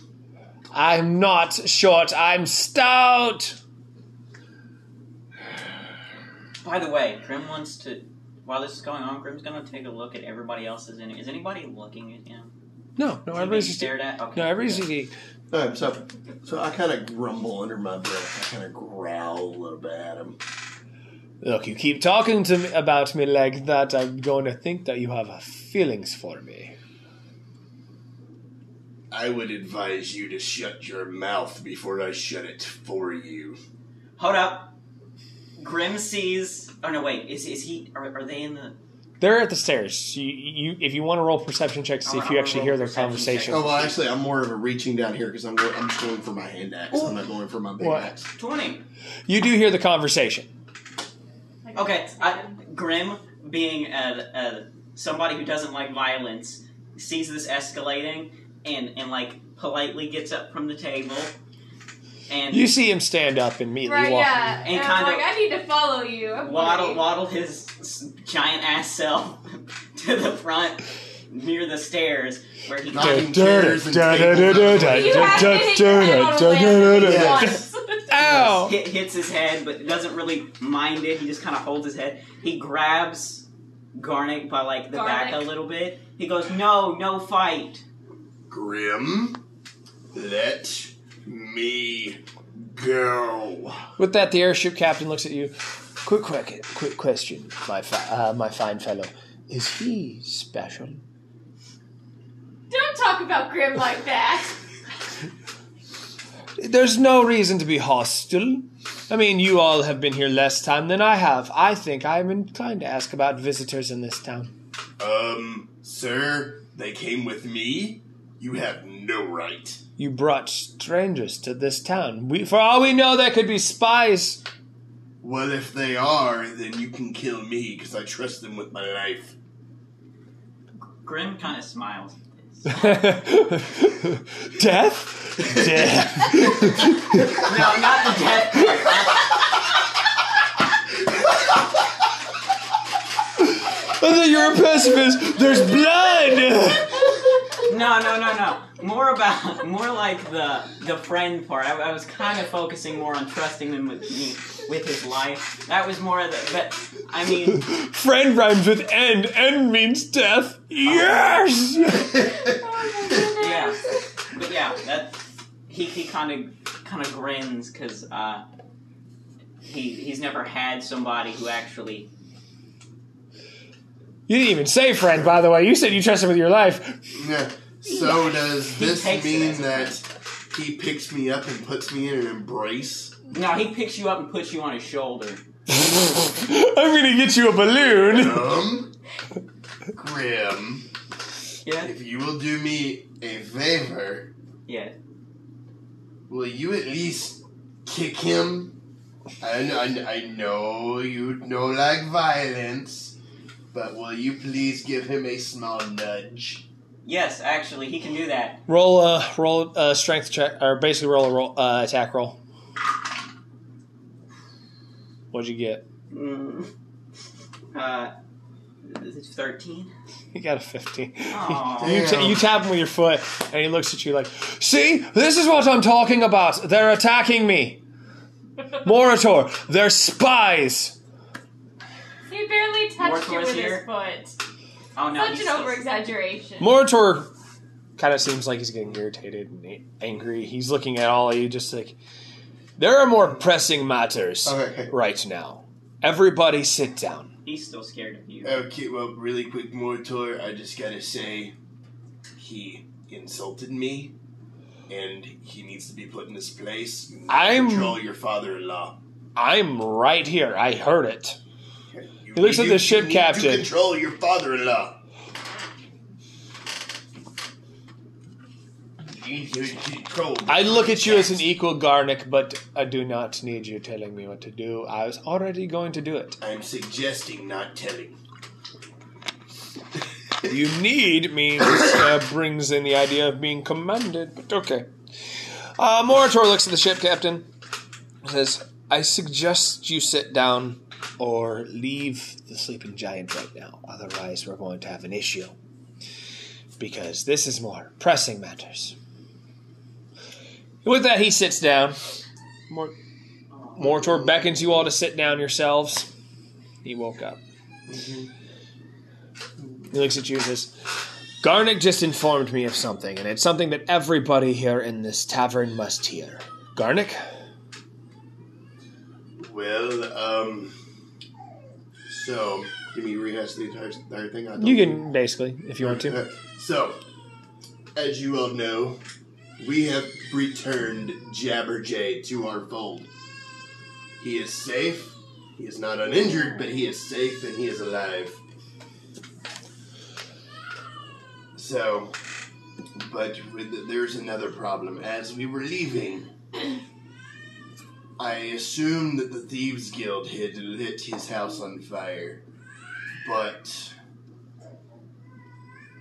I'm not short, I'm stout!
By the way, Grim wants to. While this is going on, Grim's gonna take a look at everybody else's in. Is anybody looking at him?
No, no,
Is he
everybody's
being
just.
stared at. Okay.
No, everybody's
good.
just eating.
alright, so so I kind of grumble under my breath. I kind of growl a little bit at him.
Look, you keep talking to me about me like that, I'm going to think that you have feelings for me.
I would advise you to shut your mouth before I shut it for you.
Hold up. Grim sees. Oh no, wait. Is is he? Are, are they in the?
They're at the stairs. You, you if you want to roll perception check to see
I'll-
if you
I'll
actually
roll
hear their
perception check.
conversation.
Oh well, actually, I'm more of a reaching down here because I'm go- I'm just going for my hand axe. I'm not going for my big
What?
axe.
Twenty.
You do hear the conversation.
Okay, I, Grim, being a, a somebody who doesn't like violence, sees this escalating and and like politely gets up from the table and
You see him stand up and immediately
Right,
walk.
yeah.
And
And I'm
kinda-
like, I need to follow you. I'm
waddle
worried.
waddle his s- giant ass self (laughs) to the front near the stairs where he.
Not-
Da- da- da- da- da- da- da-
You have to hit your head on a
da-
lamp
da- da-
(laughs)
once.
Ow!
Hit, hits his head, but doesn't really mind it. He just kind of holds his head. He grabs Garnick by like the back a
Garnick.
little bit. He goes, "No, no fight."
Grim, let me go.
With that, the airship captain looks at you. Quick, quick, quick question, my fi- uh, my fine fellow. Is he special?
Don't talk about Grim like that. (laughs)
(laughs)
There's no reason to be hostile. I mean, you all have been here less time than I have. I think I'm inclined to ask about visitors in this town.
Um, sir, they came with me. You have no right.
You brought strangers to this town. We, for all we know, there could be spies.
Well, if they are, then you can kill me because I trust them with my life.
Grim kind of smiles. at this.
Death? Death.
No, not the death part. Not-
I thought you were a pessimist. There's blood!
No, no, no, no. More about, more like the the friend part. I, I was kind of focusing more on trusting him with me, with his life. That was more of the. But I mean,
Friend rhymes with end. End means death. Yes!
yeah, but yeah, that he he kind of kind of grins because uh, he he's never had somebody who actually.
You didn't even say friend, by the way. You said you trust him with your life.
Yeah. So does
He
this
takes it
mean
as a
that He picks me up and puts me in an embrace.
No, he picks you up and puts you on his shoulder.
I'm gonna get you a balloon.
Um, Grim,
Yeah?
if you will do me a favor,
Yeah.
will you at least kick him? I, kn- I, kn- I know you don't like violence, but will you please give him a small nudge?
Yes, actually, he can do that.
Roll a roll a strength check, or basically roll a roll uh, attack roll. What'd you get?
Mm. Uh, 13?
You got a fifteen.
Aw.
You, ta
Damn.
you tap him with your foot, and he looks at you like, "See, this is what I'm talking about. They're attacking me, Morator. They're spies."
He barely touched you
Mortimer's
with
here.
his foot.
Oh, no.
Such
he's
an
still-
over exaggeration.
Morator kind of seems like he's getting irritated and a- angry. He's looking at all of you, just like, "There are more pressing matters
Okay.
right now. Everybody, sit down."
He's still scared of you.
Okay, well, really quick, Mortor, I just gotta say, he insulted me, and he needs to be put in his place. You need to
I'm-
control your father-in-law.
I'm right here. I heard it.
You
He looks
need
at
to-
the ship
you need
captain.
To control your father-in-law. You need to control.
I look at you as an equal, Garnick, but I do not need you telling me what to do. I was already going to do it.
I'm suggesting not telling.
You need means uh, brings in the idea of being commanded, but okay. Uh, Morator looks at the ship captain and says, I suggest you sit down or leave the sleeping giant right now. Otherwise, we're going to have an issue. Because this is more pressing matters. With that, he sits down. Mor- Morator beckons you all to sit down yourselves. He woke up. He looks at you and says, Garnick just informed me of something, and it's something that everybody here in this tavern must hear. Garnick?
Well, um, so give me rehash the entire, entire thing. I don't-
You can basically, if you want to.
(laughs) So, as you all know, we have returned Jabberjay to our fold. He is safe. He is not uninjured, but he is safe and he is alive. So, but with, there's another problem. As we were leaving, I assumed that the Thieves Guild had lit his house on fire, but.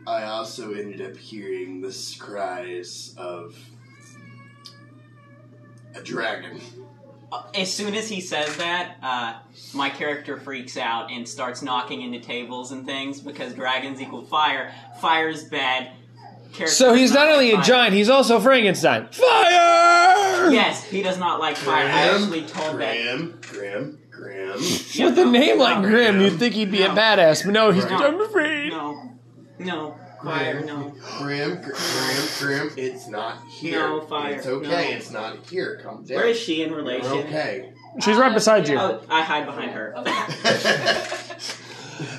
I also ended up hearing the cries of a dragon.
As soon as he says that, uh, my character freaks out and starts knocking into tables and things because dragons equal fire. Fire is bad. Character
So he's
does
not
like
only a
fire.
giant, he's also Frankenstein. Fire!
Yes, he does not like fire. I actually told that.
Graham, Graham, Graham.
Yeah,
With a
no,
name
no,
like Grim, you'd think he'd be a
No.
badass, but no, he's
Right.
I'm afraid.
No, no, fire, no.
Graham, Gr- Graham, Graham. It's not here.
No, fire,
It's okay.
no.
It's not here. Calm down.
Where is she in
You're
relation?
okay.
She's right beside you.
Oh, I hide behind her.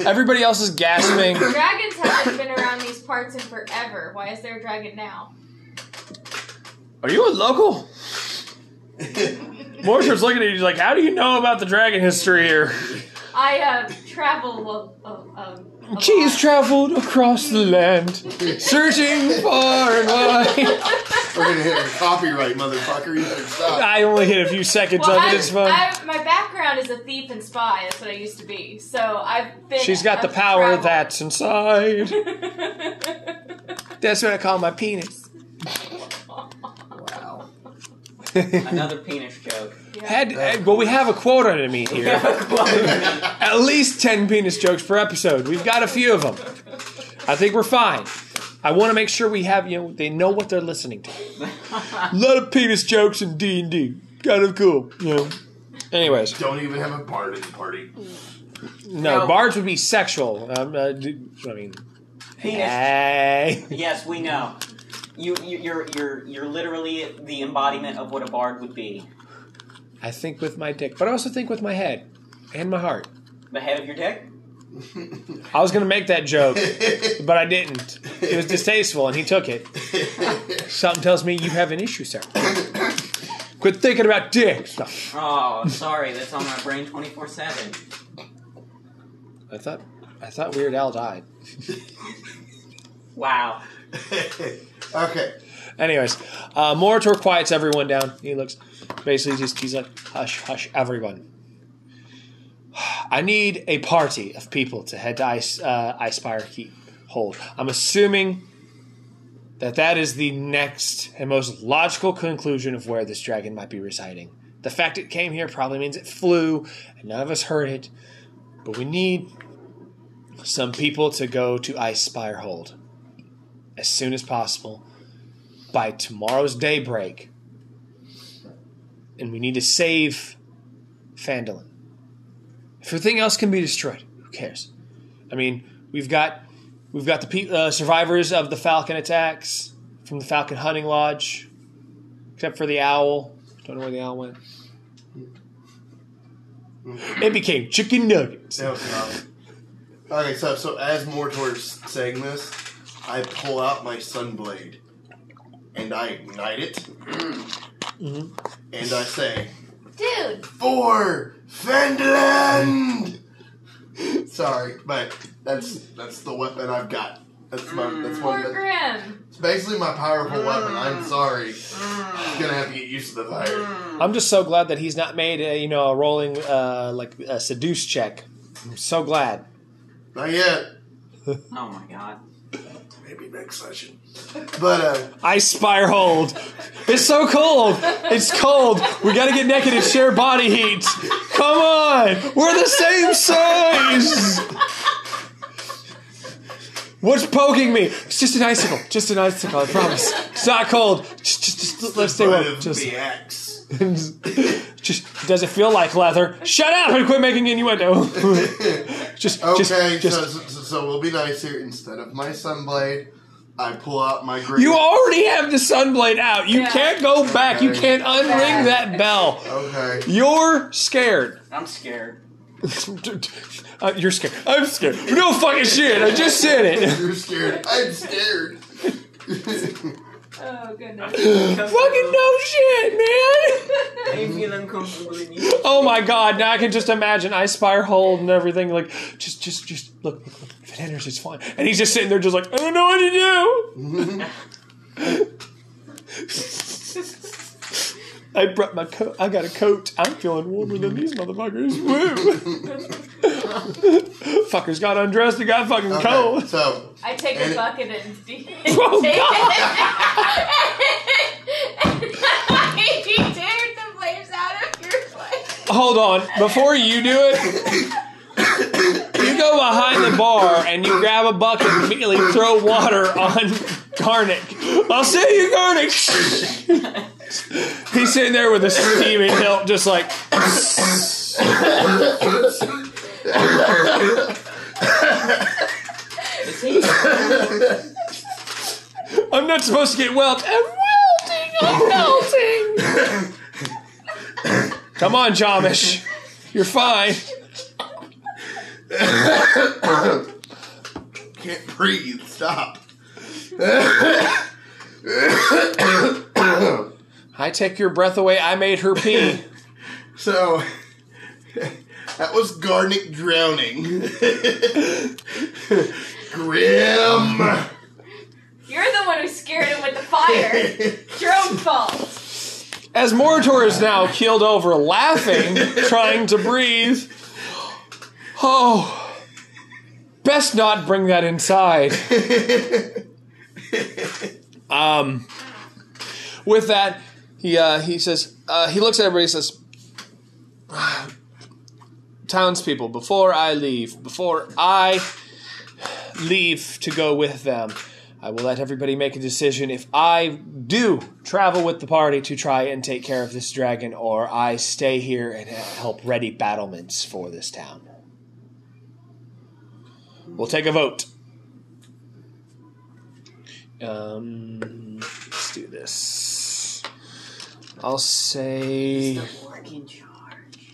Everybody else is gasping.
Dragons haven't been around these parts in forever. Why is there a dragon now?
Are you a
(laughs)
local? Mortimer's looking at you like, how do you know about the dragon history here?
I uh travel a, a, um. a
She's
lot.
traveled across the land, searching far and wide.
We're gonna hit copyright, motherfucker. You better stop.
I only hit a few seconds
Well,
of it.
I'm-
It's fun.
I'm- my background is a thief and spy. That's what I used to be. So I've been.
She's got the
I've
power
traveled. (laughs)
that's inside. That's what I call my penis.
Wow.
Another penis joke.
Had, eh, well, we have a quota to meet here. At least ten penis jokes per episode. We've got a few of them. I think we're fine. I want to make sure we have you know they know what they're listening to. (laughs) A lot of penis jokes in D and D. Kind of cool, you know. Anyways.
Don't even have a bard at the party. (laughs)
No,
No.
bards would be sexual. Um, uh, d- I mean,
(laughs)
(laughs)
Penis.
hey. (laughs)
Yes, we know. You, you, you're, you're, you're literally the embodiment of what a bard would be.
I think with my dick, but I also think with my head and my heart.
The head of your dick.
I was gonna make that joke, but I didn't. It was distasteful, and he took it. Something tells me you have an issue, sir. Quit thinking about dick stuff.
Oh, sorry, that's on my brain 24 7.
I thought, I thought Weird Al died.
Wow.
okay.
Anyways, uh, Moritor quiets everyone down. He looks basically just he's like, hush, hush, everyone. I need a party of people to head to Ice uh, Icefire Keep Hold. I'm assuming that that is the next and most logical conclusion of where this dragon might be residing. The fact it came here probably means it flew, and none of us heard it. But we need some people to go to Icespire Hold as soon as possible by tomorrow's daybreak, and we need to save Fandolin. If everything else can be destroyed, who cares? I mean, we've got we've got the pe- uh, survivors of the Falcon attacks from the Falcon Hunting Lodge, except for the owl. Don't know where the owl went. It became chicken nuggets.
No problem. Okay, so so as Mortor's saying this, I pull out my sunblade and I ignite it,
Mm-hmm.
and I say,
Dude,
"For Fenland." Sorry, but that's that's the weapon I've got. That's my that's
Poor
one. That's
Grim.
basically my powerful weapon. I'm sorry, I'm gonna have to get used to the fire.
I'm just so glad that he's not made a you know a rolling uh, like a seduce check. I'm so glad.
Not yet.
Oh my god.
Maybe next session. But uh,
I spire hold. It's so cold. It's cold. We gotta get naked and share body heat. Come on. We're the same size. What's poking me? It's just an icicle. Just an icicle. I promise. It's not cold. Just, just, just let's stay warm.
of
Just,
the axe.
just does it feel like leather? Shut up and quit making innuendo. (laughs) just, just,
Okay,
just.
so, so, so we'll be nice here. Instead of my sunblade, I pull out my green.
You already have the sunblade out. You
Yeah.
can't go back. You can't unring that bell.
Okay.
You're scared. (laughs)
I'm scared.
Uh, you're scared. I'm scared. No fucking shit. I just said it. (laughs)
You're scared. I'm scared.
Oh goodness.
(laughs) fucking no shit, man.
I feel uncomfortable in you.
Oh my god. Now I can just imagine Ice Spire Hold and everything. Like, just, just, just look, look, look. If it enters, it's fine. And he's just sitting there, just like, I don't know what to do. (laughs) I brought my coat. I got a coat. I'm feeling warmer than these motherfuckers. Woo! (laughs) Fuckers got undressed and got fucking cold.
Okay, so
I take
And
a
it-
bucket and (laughs)
(laughs)
take
Oh,
it. (laughs) and tear the flames out of your place.
Hold on. Before you do it, you go behind the bar and you grab a bucket and immediately throw water on Garnick. I'll see you, Garnick. He's sitting there with a steaming hilt, just like. I'm not supposed to get welt. I'm welting. I'm melting. Come on, Jomish. You're fine.
can't breathe. Stop.
I take your breath away. I made her pee.
So that was Garnick drowning. (laughs) Grim.
You're the one who scared him with the fire. It's your own fault.
As Moritor is now keeled over, laughing, trying to breathe. Oh, best not bring that inside. Um, with that, he uh, he says uh, he looks at everybody. and Says, "Ah, "Townspeople, before I leave, before I leave to go with them, I will let everybody make a decision if I do travel with the party to try and take care of this dragon, or I stay here and help ready battlements for this town. We'll take a vote. Um, let's do this. I'll say
orc in charge.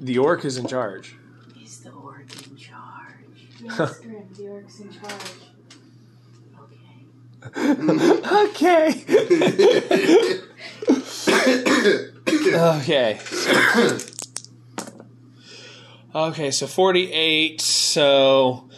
the orc is in charge.
Is the orc in charge?
Yes, Grim, the orc's in charge. Okay.
okay. okay. okay, so 48. So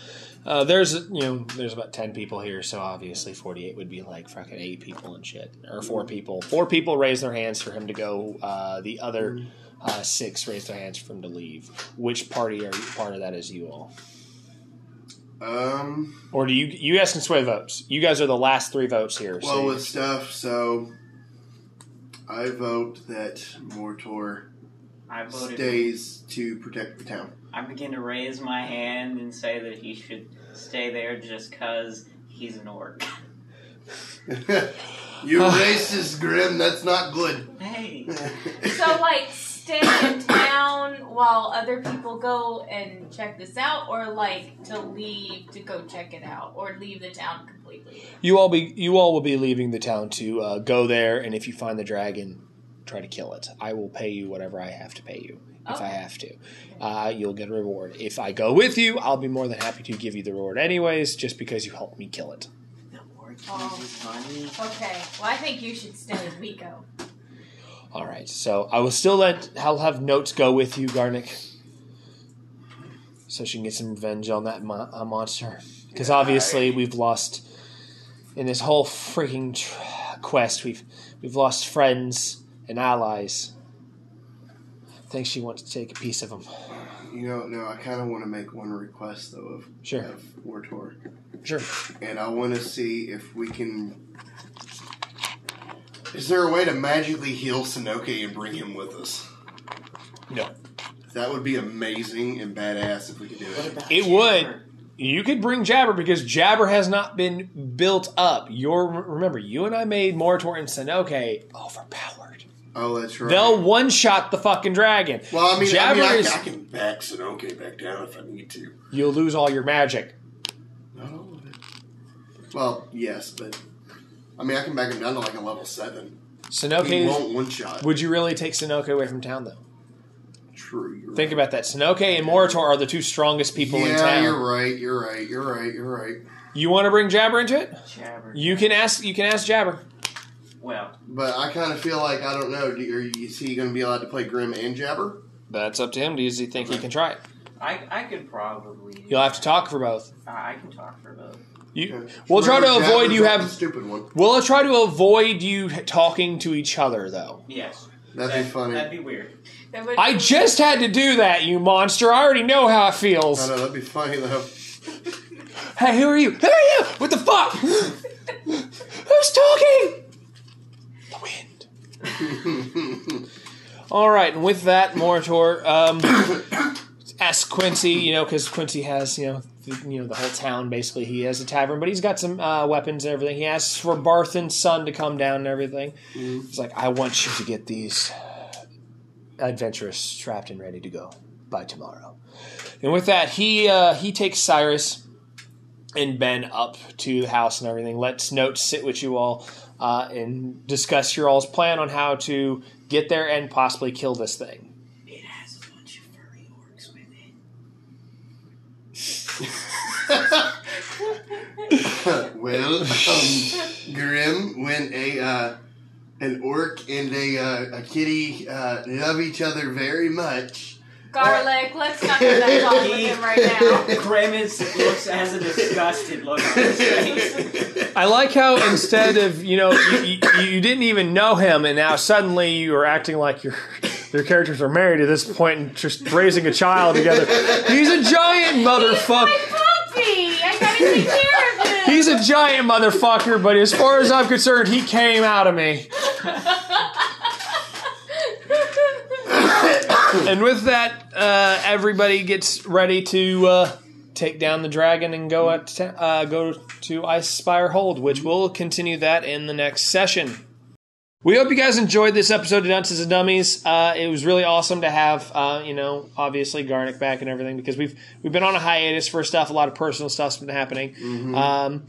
uh, there's you know there's about 10 people here, so obviously 48 would be like fucking eight people and shit, or four people. Four people raise their hands for him to go. Uh, the other uh, six raise their hands for him to leave. Which party are you, part of that is you all?
um,
Or do you you guys can sway votes? You guys are the last three votes here.
well,
so
with stuff, so I vote that Mortor
I voted.
stays to protect the town.
I begin to raise my hand and say that he should stay there just because he's an orc.
you
Uh,
racist, Grim. That's not good.
Hey,
So, like, stay in town while other people go and check this out, or like to leave to go check it out, or leave the town completely.
You all be you all will be leaving the town to uh, go there, and if you find the dragon, try to kill it. I will pay you whatever I have to pay you if I
Okay.
have to. Uh, you'll get a reward. If I go with you, I'll be more than happy to give you the reward anyways, just because you helped me kill it.
the orc
Oh.
uses money.
Okay. Well, I think you should stay as we go.
All right, so I will still let I'll have notes go with you, Garnick, so she can get some revenge on that mon- uh, monster. Because obviously we've lost in this whole freaking tr- quest. We've we've lost friends and allies. I think she wants to take a piece of them.
You know, no, I kind of want to make one request though of
Sure.
of Mortor,
Sure.
and I want to see if we can. Is there a way to magically heal Sinoke and bring him with us?
No.
That would be amazing and badass if we could do
What
it.
about
It
Jabber?
would. You could bring Jabber because Jabber has not been built up. Your remember, you and I made Morator and Sanoke overpowered.
Oh, that's right.
They'll one shot the fucking dragon.
well, I mean, I,
Jabber
mean I,
is-
I can back Sinoke back down if I need to.
You'll lose all your magic.
Not all of it. Well, yes, but I mean, I can back him down to like a level seven. He
Sunoke.
won't one shot.
Would you really take Sunoke away from town, though?
True. You're
Think
right.
about that. Sunoke and Morator are the two strongest people
yeah,
in town.
you're right. You're right. You're right. You're right.
You want to bring Jabber into it?
Jabber.
You can ask. You can ask Jabber.
Well,
But I kind of feel like I don't know. Do, are you, is he going to be allowed to play Grim and Jabber?
That's up to him. Does he think he can try it?
I, I could probably. do
You'll have to
that.
talk for both.
Uh, I, I can talk for both.
You. We'll try to
Remember,
avoid you
Jabber's not the
have.
stupid one.
We'll try to avoid you talking to each other, though.
Yes.
That'd be
That-
funny.
That'd
(laughs)
be weird.
That would-
I just had to do that, you monster. I already know how it
I
feels.
know that'd be funny though.
Hey, who are you? Who are you? What the fuck? Who's talking? The wind. (laughs) All right, and with that, Morator, um, (coughs) ask Quincy, you know, because Quincy has, you know, the, you know, the whole town basically. He has a tavern, but he's got some uh, weapons and everything. He asks for Barthen's son to come down and everything. He's like, I want you to get these adventurous strapped and ready to go by tomorrow. And with that, he uh, he takes Cyrus and Ben up to the house and everything. Lets notes sit with you all uh, and discuss your all's plan on how to get there and possibly kill this thing.
It has a bunch of furry orcs with it.
(laughs)
well, um, Grim, when a uh, an orc and a uh, a kitty uh, love each other very much.
garlic. Let's not do that talk with
(laughs)
him right now.
Grimace looks has a disgusted look on his face.
(laughs)
I like how instead of you know you, you, you didn't even know him, and now suddenly you are acting like your your characters are married at this point and just raising a child together. He's a giant motherfucker.
puppy. I gotta take care of him.
He's a giant motherfucker, but as far as I'm concerned, he came out of me. and with that, uh, everybody gets ready to uh, take down the dragon and go at uh, go to Ice Spire Hold, which we'll continue that in the next session. We hope you guys enjoyed this episode of Dunces and Dummies. Uh, it was really awesome to have, uh, you know, obviously Garnick back and everything because we've we've been on a hiatus for stuff. A lot of personal stuff's been happening. Um,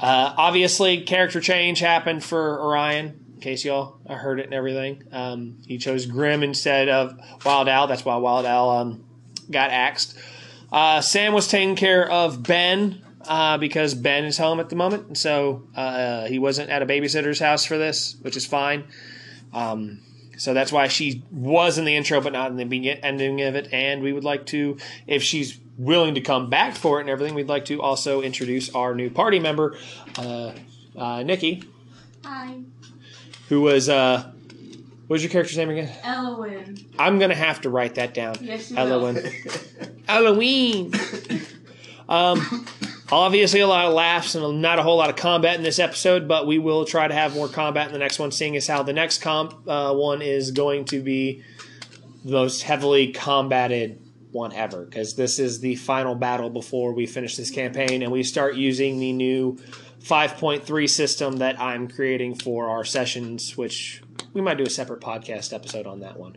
uh, obviously, character change happened for Orion. In case y'all, I heard it and everything. Um, he chose Grim instead of Wild Owl. That's why Wild Owl um, got axed. Uh, Sam was taking care of Ben uh, because Ben is home at the moment, and so uh, he wasn't at a babysitter's house for this, which is fine. Um, so that's why she was in the intro, but not in the begin- ending of it. And we would like to, if she's willing to come back for it and everything, we'd like to also introduce our new party member, uh, uh, Nikki,
(laughs) Hi.
who was uh, what was your character's name again?
Elwin.
I'm gonna have to write that down.
Yes, you will.
Halloween. Halloween. um, obviously, a lot of laughs and not a whole lot of combat in this episode, but we will try to have more combat in the next one, seeing as how the next comp uh, one is going to be the most heavily combated one ever, because this is the final battle before we finish this campaign and we start using the new 5.3 system that I'm creating for our sessions, which we might do a separate podcast episode on that one.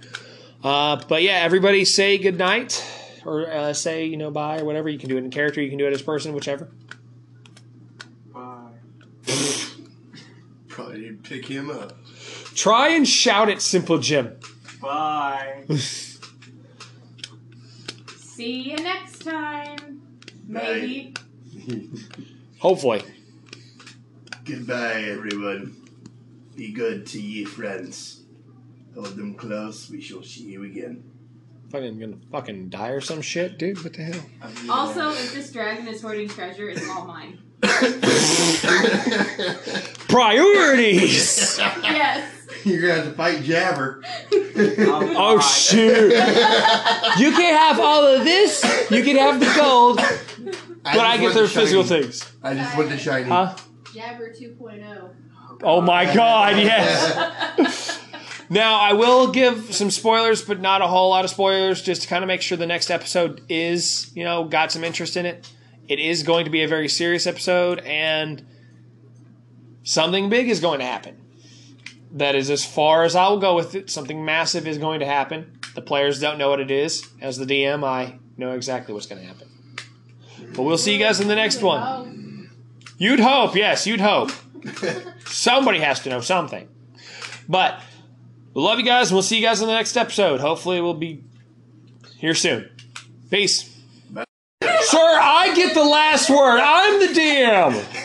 Uh, but yeah, everybody say goodnight or uh, say, you know, bye or whatever. You can do it in character, you can do it as person, whichever.
Bye.
Probably need to pick him up.
Try and shout it, Simple Jim.
(laughs)
Bye.
Oh,
See you next time. Maybe.
Hopefully.
Goodbye, everyone. Be good to ye friends. Hold them close. We shall see you again.
Fucking gonna fucking die or some shit, dude. What the hell?
Also, if this dragon is hoarding treasure, it's all mine.
Priorities!
yes.
(laughs) You're gonna have to fight Jabber.
oh shoot! you can have all of this. You can have the gold, but I, get their physical things.
I just want the shiny.
Huh?
Jabber 2.0.
Oh my god! Yes. (laughs) Now, I will give some spoilers, but not a whole lot of spoilers, just to kind of make sure the next episode is, you know, got some interest in it. It is going to be a very serious episode, and something big is going to happen. That is as far as I will go with it. Something massive is going to happen. The players don't know what it is. As the DM, I know exactly what's going to happen. But we'll see you guys in the next one.
Oh,
You'd hope, yes, you'd hope. Somebody has to know something. But we love you guys, and we'll see you guys in the next episode. Hopefully, we'll be here soon. Peace.
Bye.
Sir, I get the last word. I'm the DM.